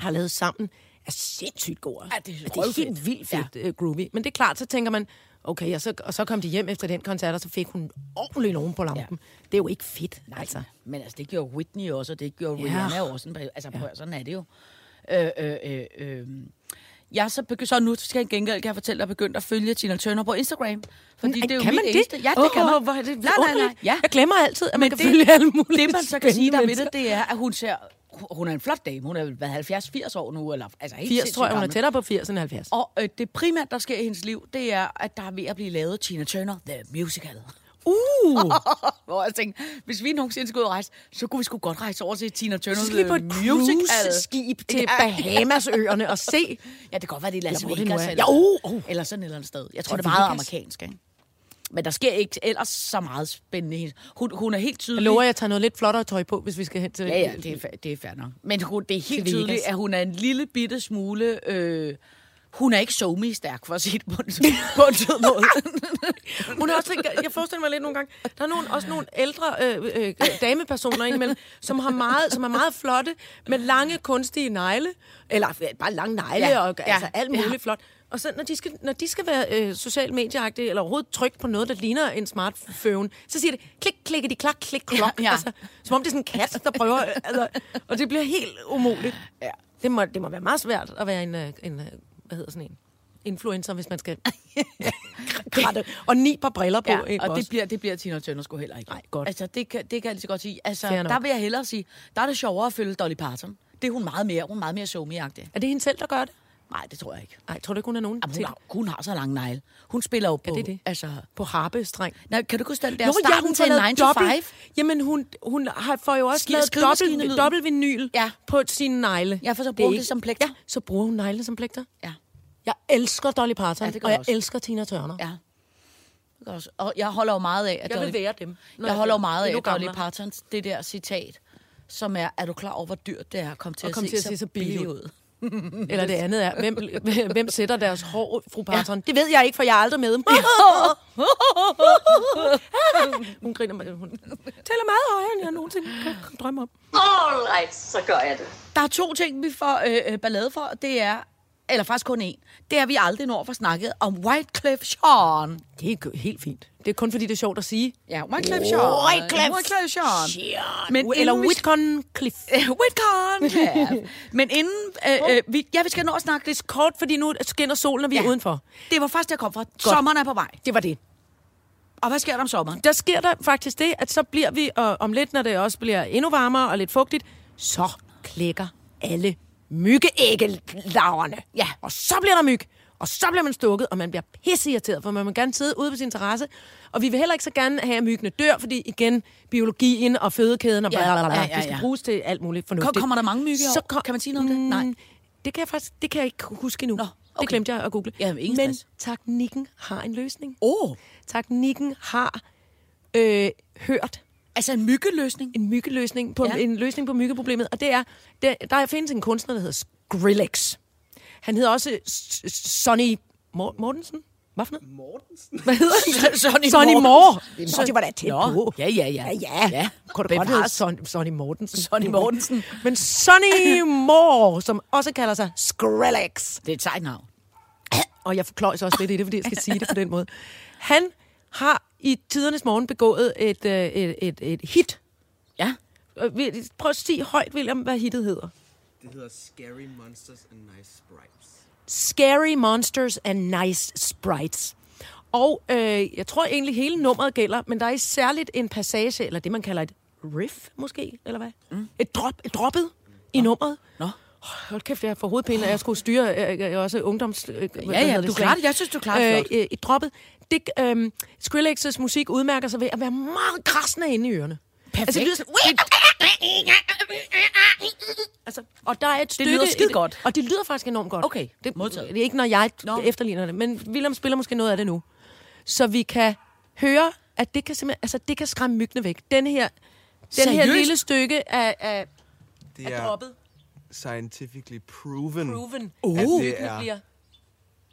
S3: har lavet sammen, er sindssygt gode.
S4: Ja, det er
S3: Og det er helt
S4: røvfedt.
S3: vildt fedt ja. groovy. Men det er klart, så tænker man, okay, og så, og så kom de hjem efter den koncert, og så fik hun ordentlig nogen på lampen. Ja. Det er jo ikke fedt, Nej. altså.
S4: Men altså, det gjorde Whitney også, og det gjorde
S3: Ja.
S4: ja. Rihanna også. en periode. Altså, prøv, ja. sådan er det jo. Øh, øh, øh, øh. Jeg er så, begy- så nu skal jeg gengæld, kan jeg fortælle, at begyndt at følge Tina Turner på Instagram. Fordi det er jo
S3: kan
S4: mit
S3: man det?
S4: eneste. Ja, det
S3: Åh,
S4: kan man.
S3: Hvor er det
S4: Nej, nej, nej.
S3: Ja.
S4: Ja.
S3: Jeg glemmer altid, at man Men
S4: Men
S3: kan det,
S4: det-
S3: følge alle mulige
S4: Det, man så kan sige, der er ved det,
S3: mennesker.
S4: det er, at hun ser... Hun er en flot dame. Hun er vel været 70-80 år nu, eller altså helt
S3: 80,
S4: sindssygt
S3: tror jeg, hun er
S4: gammel.
S3: tættere på 80 end 70.
S4: Og øh, det primært, der sker i hendes liv, det er, at der er ved at blive lavet Tina Turner The Musical.
S3: Uh!
S4: [laughs] Hvor jeg tænkte, hvis vi nogensinde skulle ud og rejse, så kunne vi sgu godt rejse over til Tina Turner
S3: Så skal vi på
S4: The
S3: et cruise-skib til
S4: Ja.
S3: Bahamasøerne og se.
S4: [laughs] Ja, det kan godt være, det er
S3: Eller
S4: Las
S3: hvor det
S4: Vegas.
S3: nu er.
S4: eller,
S3: Ja, uh, uh.
S4: eller sådan et eller andet sted. Jeg tror,
S3: Til
S4: det er meget
S3: Vegas.
S4: amerikansk, ikke? Men der sker ikke ellers så meget spændende. i hende. Hun, hun er helt
S3: Jeg
S4: tydelig...
S3: lover, jeg tager noget lidt flottere tøj på, hvis vi skal hen til...
S4: Ja, ja, det er, fa- det er fair nok. Men hun, det er helt
S3: Til Vegas.
S4: tydeligt, at hun er en lille bitte smule... Øh, hun er ikke somi stærk for at sige det på en, [laughs] på en sød måde.
S3: Hun er også lidt, jeg forestiller mig lidt nogle gange, der er nogle, også nogle ældre øh, øh, damepersoner indimellem, som, har meget, som er meget flotte, med lange kunstige negle, eller øh, bare lange negle, ja,
S4: Ja,
S3: og ja, altså
S4: ja,
S3: alt muligt ja. flot. Og så når de skal, når de skal være øh, social medieagtige, eller overhovedet trykke på noget, der ligner en smartphone, så siger det klik, klikke, de klak, klik, klok. Ja,
S4: Ja,
S3: ja.
S4: ja.
S3: Altså, som om det er sådan en kat, der prøver, øh, altså, og det bliver helt umuligt. Ja. Det, må, det må være meget svært at være en, øh, en øh, hvad hedder sådan en, influencer, hvis
S4: [laughs]
S3: man skal kratte, og ni par briller på. ikke
S4: og
S3: også?
S4: det bliver, det bliver Tina Turner sgu heller ikke.
S3: Nej, godt.
S4: Altså, det kan, det kan jeg lige så godt sige. Altså,
S3: Fair nok.
S4: der vil jeg hellere sige, der er det sjovere at følge Dolly Parton. Det er hun meget mere, hun er meget mere somi
S3: Er det hende selv, der gør det?
S4: Nej, det tror jeg ikke.
S3: Nej, tror du ikke, hun er nogen
S4: Jamen,
S3: til?
S4: hun, har, hun har så lang negle. Hun spiller jo på...
S3: Er det det?
S4: Altså,
S3: På harpestreng.
S4: nej, kan du ikke huske den der
S3: Nå, ja,
S4: starten
S3: hun
S4: til
S3: får lavet
S4: 9 to
S3: dobbelt-
S4: 5?
S3: Jamen, hun, hun har, får jo også
S4: Ski-
S3: lavet dobbelt,
S4: skrivemaskinelyden.
S3: dobbelt vinyl
S4: Ja.
S3: på sin negle.
S4: Ja, for så
S3: er
S4: bruger hun
S3: ikke-
S4: det som plekter.
S3: Ja, så bruger hun neglene som plægter.
S4: Ja.
S3: Jeg elsker Dolly Parton,
S4: Ja, det gør
S3: og
S4: jeg
S3: jeg
S4: også.
S3: elsker Tina Turner.
S4: Ja. Det gør jeg også. Og jeg holder jo meget af, at
S3: Jeg vil
S4: Dolly,
S3: være dem. når
S4: jeg holder jo
S3: bliver
S4: meget af
S3: endnu
S4: Dolly
S3: gamlere.
S4: Partons, det der citat, som er, er du klar over, hvor dyrt det er at komme til,
S3: Og
S4: at,
S3: komme
S4: se
S3: til at
S4: så
S3: se så billig
S4: billig
S3: ud.
S4: ud?
S3: Eller det andet er, hvem, hvem [laughs] sætter deres hår, ud, fru Parton? Ja. Det ved jeg ikke, for jeg er aldrig med. [laughs] hun griner med hun taler meget højere, end jeg nogensinde kan drømme om.
S2: Alright, så gør jeg det.
S4: Der er to ting, vi får øh, øh, ballade for, og det er, eller faktisk kun én, det er, at vi aldrig når at få snakket om Wyclef Jean.
S3: Det er gø- helt fint. Det er kun fordi, det er sjovt at sige.
S4: Ja, Wyclef Jean.
S3: Wyclef.
S4: Wyclef Jean. Men
S3: Men Eller
S4: inden vi-
S3: Whitcon Cliff.
S4: Øh, Whitcon. Ja. Men inden, øh, øh, vi, ja, vi skal nå at snakke lidt.
S3: Kort, fordi nu skinner solen, og vi ja. er
S4: Ja.
S3: udenfor.
S4: Det var faktisk, der kom fra. Sommeren er på vej.
S3: Det var det.
S4: Og hvad sker der om sommeren?
S3: Der sker der faktisk det, at så bliver vi, og om lidt, når det også bliver endnu varmere og lidt fugtigt, så klækker alle myggeæggelaverne.
S4: Ja.
S3: Og så bliver der myg. Og så bliver man stukket, og man bliver pisseirriteret, for man vil gerne sidde ude på sin terrasse. Og vi vil heller ikke så gerne have, at myggene dør, fordi igen, biologien og fødekæden og
S4: Ja,
S3: ja, ja, ja, ja.
S4: ja, ja,
S3: det skal
S4: ja.
S3: bruges til alt muligt fornuftigt.
S4: Kommer der mange myg i år?
S3: kom-
S4: Kan man sige noget om det?
S3: Mm,
S4: Nej.
S3: Det kan jeg faktisk det kan jeg ikke huske endnu.
S4: Nå, okay.
S3: Det glemte jeg at google.
S4: Jamen, ingen
S3: Men
S4: stress.
S3: teknikken har en løsning.
S4: Åh, oh,
S3: Teknikken har øh, hørt
S4: altså en myggeløsning.
S3: en myggeløsning på,
S4: Ja.
S3: ja. en løsning på myggeproblemet, og det er, der, der findes en kunstner, der hedder Skrillex. Han hedder også øh, S- S- Sonny Mor- Mortensen. Hvad for noget? Mortensen? Hvad hedder han?
S4: [laughs] Sonny
S3: Sonny
S4: Mortensen.
S3: Moore. Jamen, så det var da tæt
S4: Nå,
S3: på.
S4: ja, ja, ja.
S3: Ja, ja.
S4: Ja,
S3: Kunne du godt
S4: bevares.
S3: hedde Son- Sonny Mortensen?
S4: Sonny Mortensen.
S3: Men Sonny Moore, som også kalder sig Skrillex
S4: Det er et sejt navn.
S3: og jeg forkløjs også lidt i det, fordi jeg skal sige det på den måde. Han har i tidernes morgen begået et, øh, et, et, et hit.
S4: Ja.
S3: Øh, vil- Prøv at sige højt, William, hvad hittet hedder.
S8: Det hedder Scary Monsters and Nice Sprites.
S3: Scary Monsters and Nice Sprites. Og øh, jeg tror egentlig, hele nummeret gælder, men der er særligt en passage, eller det, man kalder et riff, måske, eller hvad? Mm. Et, drop, et droppet i nummeret.
S4: Nå.
S3: Hold kæft, jeg får hovedpine, og jeg skulle styre øh, øh, også ungdoms... Øh, ja,
S4: ja, du klarer det. Jeg synes, du klarer det flot.
S3: øh, I droppet. Det, øh, Skrillex' musik udmærker sig ved at være meget krassende inde i ørerne.
S4: Perfekt.
S3: Altså, det lyder sådan, altså, og der er et stykke...
S4: lyder
S3: i
S4: skidegodt.
S3: Og det lyder faktisk enormt godt.
S4: Okay,
S3: det,
S4: modtaget.
S3: Det er ikke, når jeg
S4: Nå.
S3: Nå. efterligner det, men William spiller måske noget af det nu. Så vi kan høre, at det kan, simpelthen, altså, det kan skræmme myggene væk. Denne her, den her
S4: Seriøst?
S3: lille stykke af, af,
S8: Det er
S3: af Er droppet,
S8: scientifically proven,
S3: proven,
S4: Oh.
S8: at
S3: at
S8: det
S3: myggene
S8: er,
S3: bliver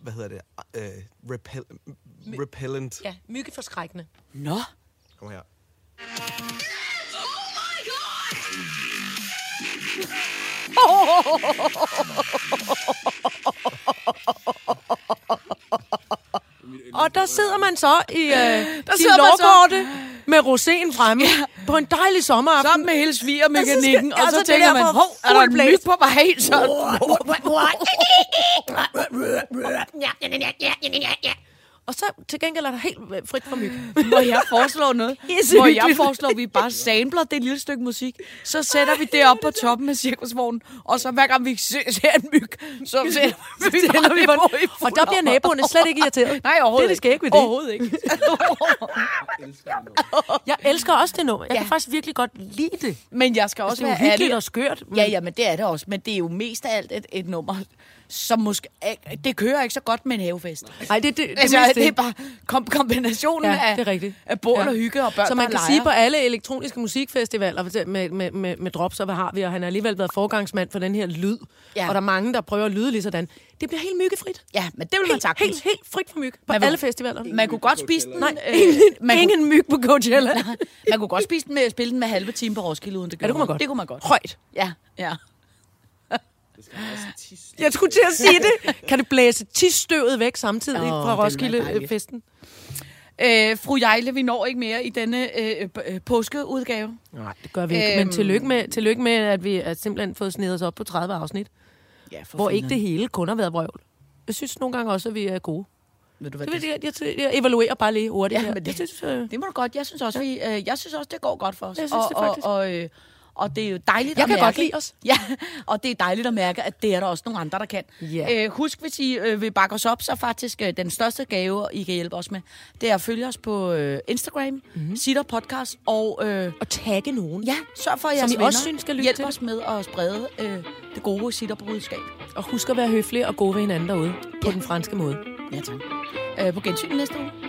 S8: hvad hedder det, uh, repel, repellent.
S3: ja, myggeforskrækkende.
S4: Nå.
S8: Kom her.
S3: Og der sidder man så i øh, der sin
S4: sidder man så-
S3: lovkorte med roséen fremme ja. på en dejlig sommeraften.
S4: Sammen med hele svigermekanikken,
S3: Og så skal-
S4: og så
S3: altså, det
S4: tænker
S3: der
S4: man,
S3: på
S4: hov, er der
S3: fuld
S4: en
S3: blæs."
S4: myg på vej?
S3: [laughs]
S4: [laughs]
S3: Og
S4: Så...
S3: så til gengæld er der helt øh, frit for myg.
S4: Må jeg foreslå
S3: [laughs]
S4: noget?
S3: Pisse
S4: Må jeg
S3: hyggeligt.
S4: foreslå, at vi bare sampler det lille stykke musik, så sætter vi det op på toppen af cirkusvognen, og så hver gang vi se- ser en myg,
S3: [laughs]
S4: så sætter vi, sætter vi
S3: Og,
S4: på i
S3: og der bliver naboerne slet ikke irriteret.
S4: [laughs] Nej,
S3: Det
S4: overhovedet
S3: er det skægt ved det.
S4: Overhovedet ikke.
S3: [laughs] Jeg elsker også det nummer. Jeg ja. kan faktisk virkelig godt lide det.
S4: Men jeg skal
S3: Altså,
S4: også
S3: det er jo
S4: være
S3: hyggeligt
S4: ærlig.
S3: og skørt. Men...
S4: Ja, ja, men det er det også. Men det er jo mest af alt et, et nummer, som måske... eh, Det kører ikke så godt med en havefest.
S3: Ej, det, det, det,
S4: Altså,
S3: mest
S4: det, det er bare kom, kombinationen
S3: Ja,
S4: af,
S3: det er rigtigt.
S4: af bål
S3: Ja.
S4: og hygge og børn,
S3: Så man
S4: der
S3: kan
S4: leger.
S3: sige på alle elektroniske musikfestivaler for eksempel med, med, med, med drops og hvad har vi, og han har alligevel været forgangsmand for den her lyd.
S4: Ja.
S3: Ja. Og der er mange, der prøver at lyde lige sådan. Det bliver helt myggefrit.
S4: Ja, men det vil man
S3: Helt,
S4: sagtens.
S3: helt, helt frit for myg på
S4: Man
S3: man
S4: vil-
S3: alle festivaler.
S4: Man kunne godt spise den...
S3: Nej,
S4: øh, man
S3: ingen,
S4: kunne-
S3: ingen myg på
S4: [laughs]
S3: Coachella. Ja, det
S4: Man kunne godt spise den med, spille den med halve time på Roskilde, uden det gjorde
S3: kunne man godt.
S4: Det kunne man godt.
S3: Højt.
S4: Ja, ja.
S3: Jeg skulle til at sige det. Kan det blæse tisstøvet væk samtidig
S4: Åh,
S3: oh,
S4: det ville
S3: fra
S4: være
S3: Roskilde-festen?
S4: Øh, fru Jejle, vi når ikke mere i denne øh, p- øh, påskeudgave.
S3: Nej, det gør vi ikke. Øhm. Men
S4: Øhm.
S3: tillykke med, tillykke med, at vi er simpelthen fået snedet os op på 30 afsnit,
S4: Ja, for
S3: hvor ikke det hele kun har været brøvl. Jeg synes nogle gange også, at vi er gode.
S4: Ved du, hvad
S3: Det
S4: det,
S3: vil jeg, jeg, jeg, jeg evaluerer bare lige hurtigt.
S4: Ja,
S3: her.
S4: men det-
S3: jeg synes, øh,
S4: det må du godt. Jeg synes også, vi, øh, jeg synes også det går godt for os.
S3: Jeg synes
S4: og,
S3: det
S4: og,
S3: faktisk.
S4: og, øh, Og det er jo dejligt
S3: Jeg
S4: at
S3: kan
S4: mærke.
S3: godt lide os.
S4: [laughs] Ja, og det er dejligt at mærke, at det er der også nogle andre, der kan.
S3: Ja.
S4: Øh, husk, hvis I øh, vil bakke os op, så faktisk øh, den største gave, I kan hjælpe os med, det er at følge os på øh, Instagram,
S3: Mhm.
S4: mm-hmm. Sitter Podcast, og øh,
S3: Og tagge nogen.
S4: ja, sørg for, at
S3: Som
S4: jeres
S3: I
S4: venner
S3: også synes skal lytte
S4: hjælper
S3: til
S4: os med at sprede øh, det gode Sitter-budskab.
S3: Og husk at være høflige og gode ved hinanden derude. På den franske måde.
S4: Ja, tak. Øh, på gensyn næste uge.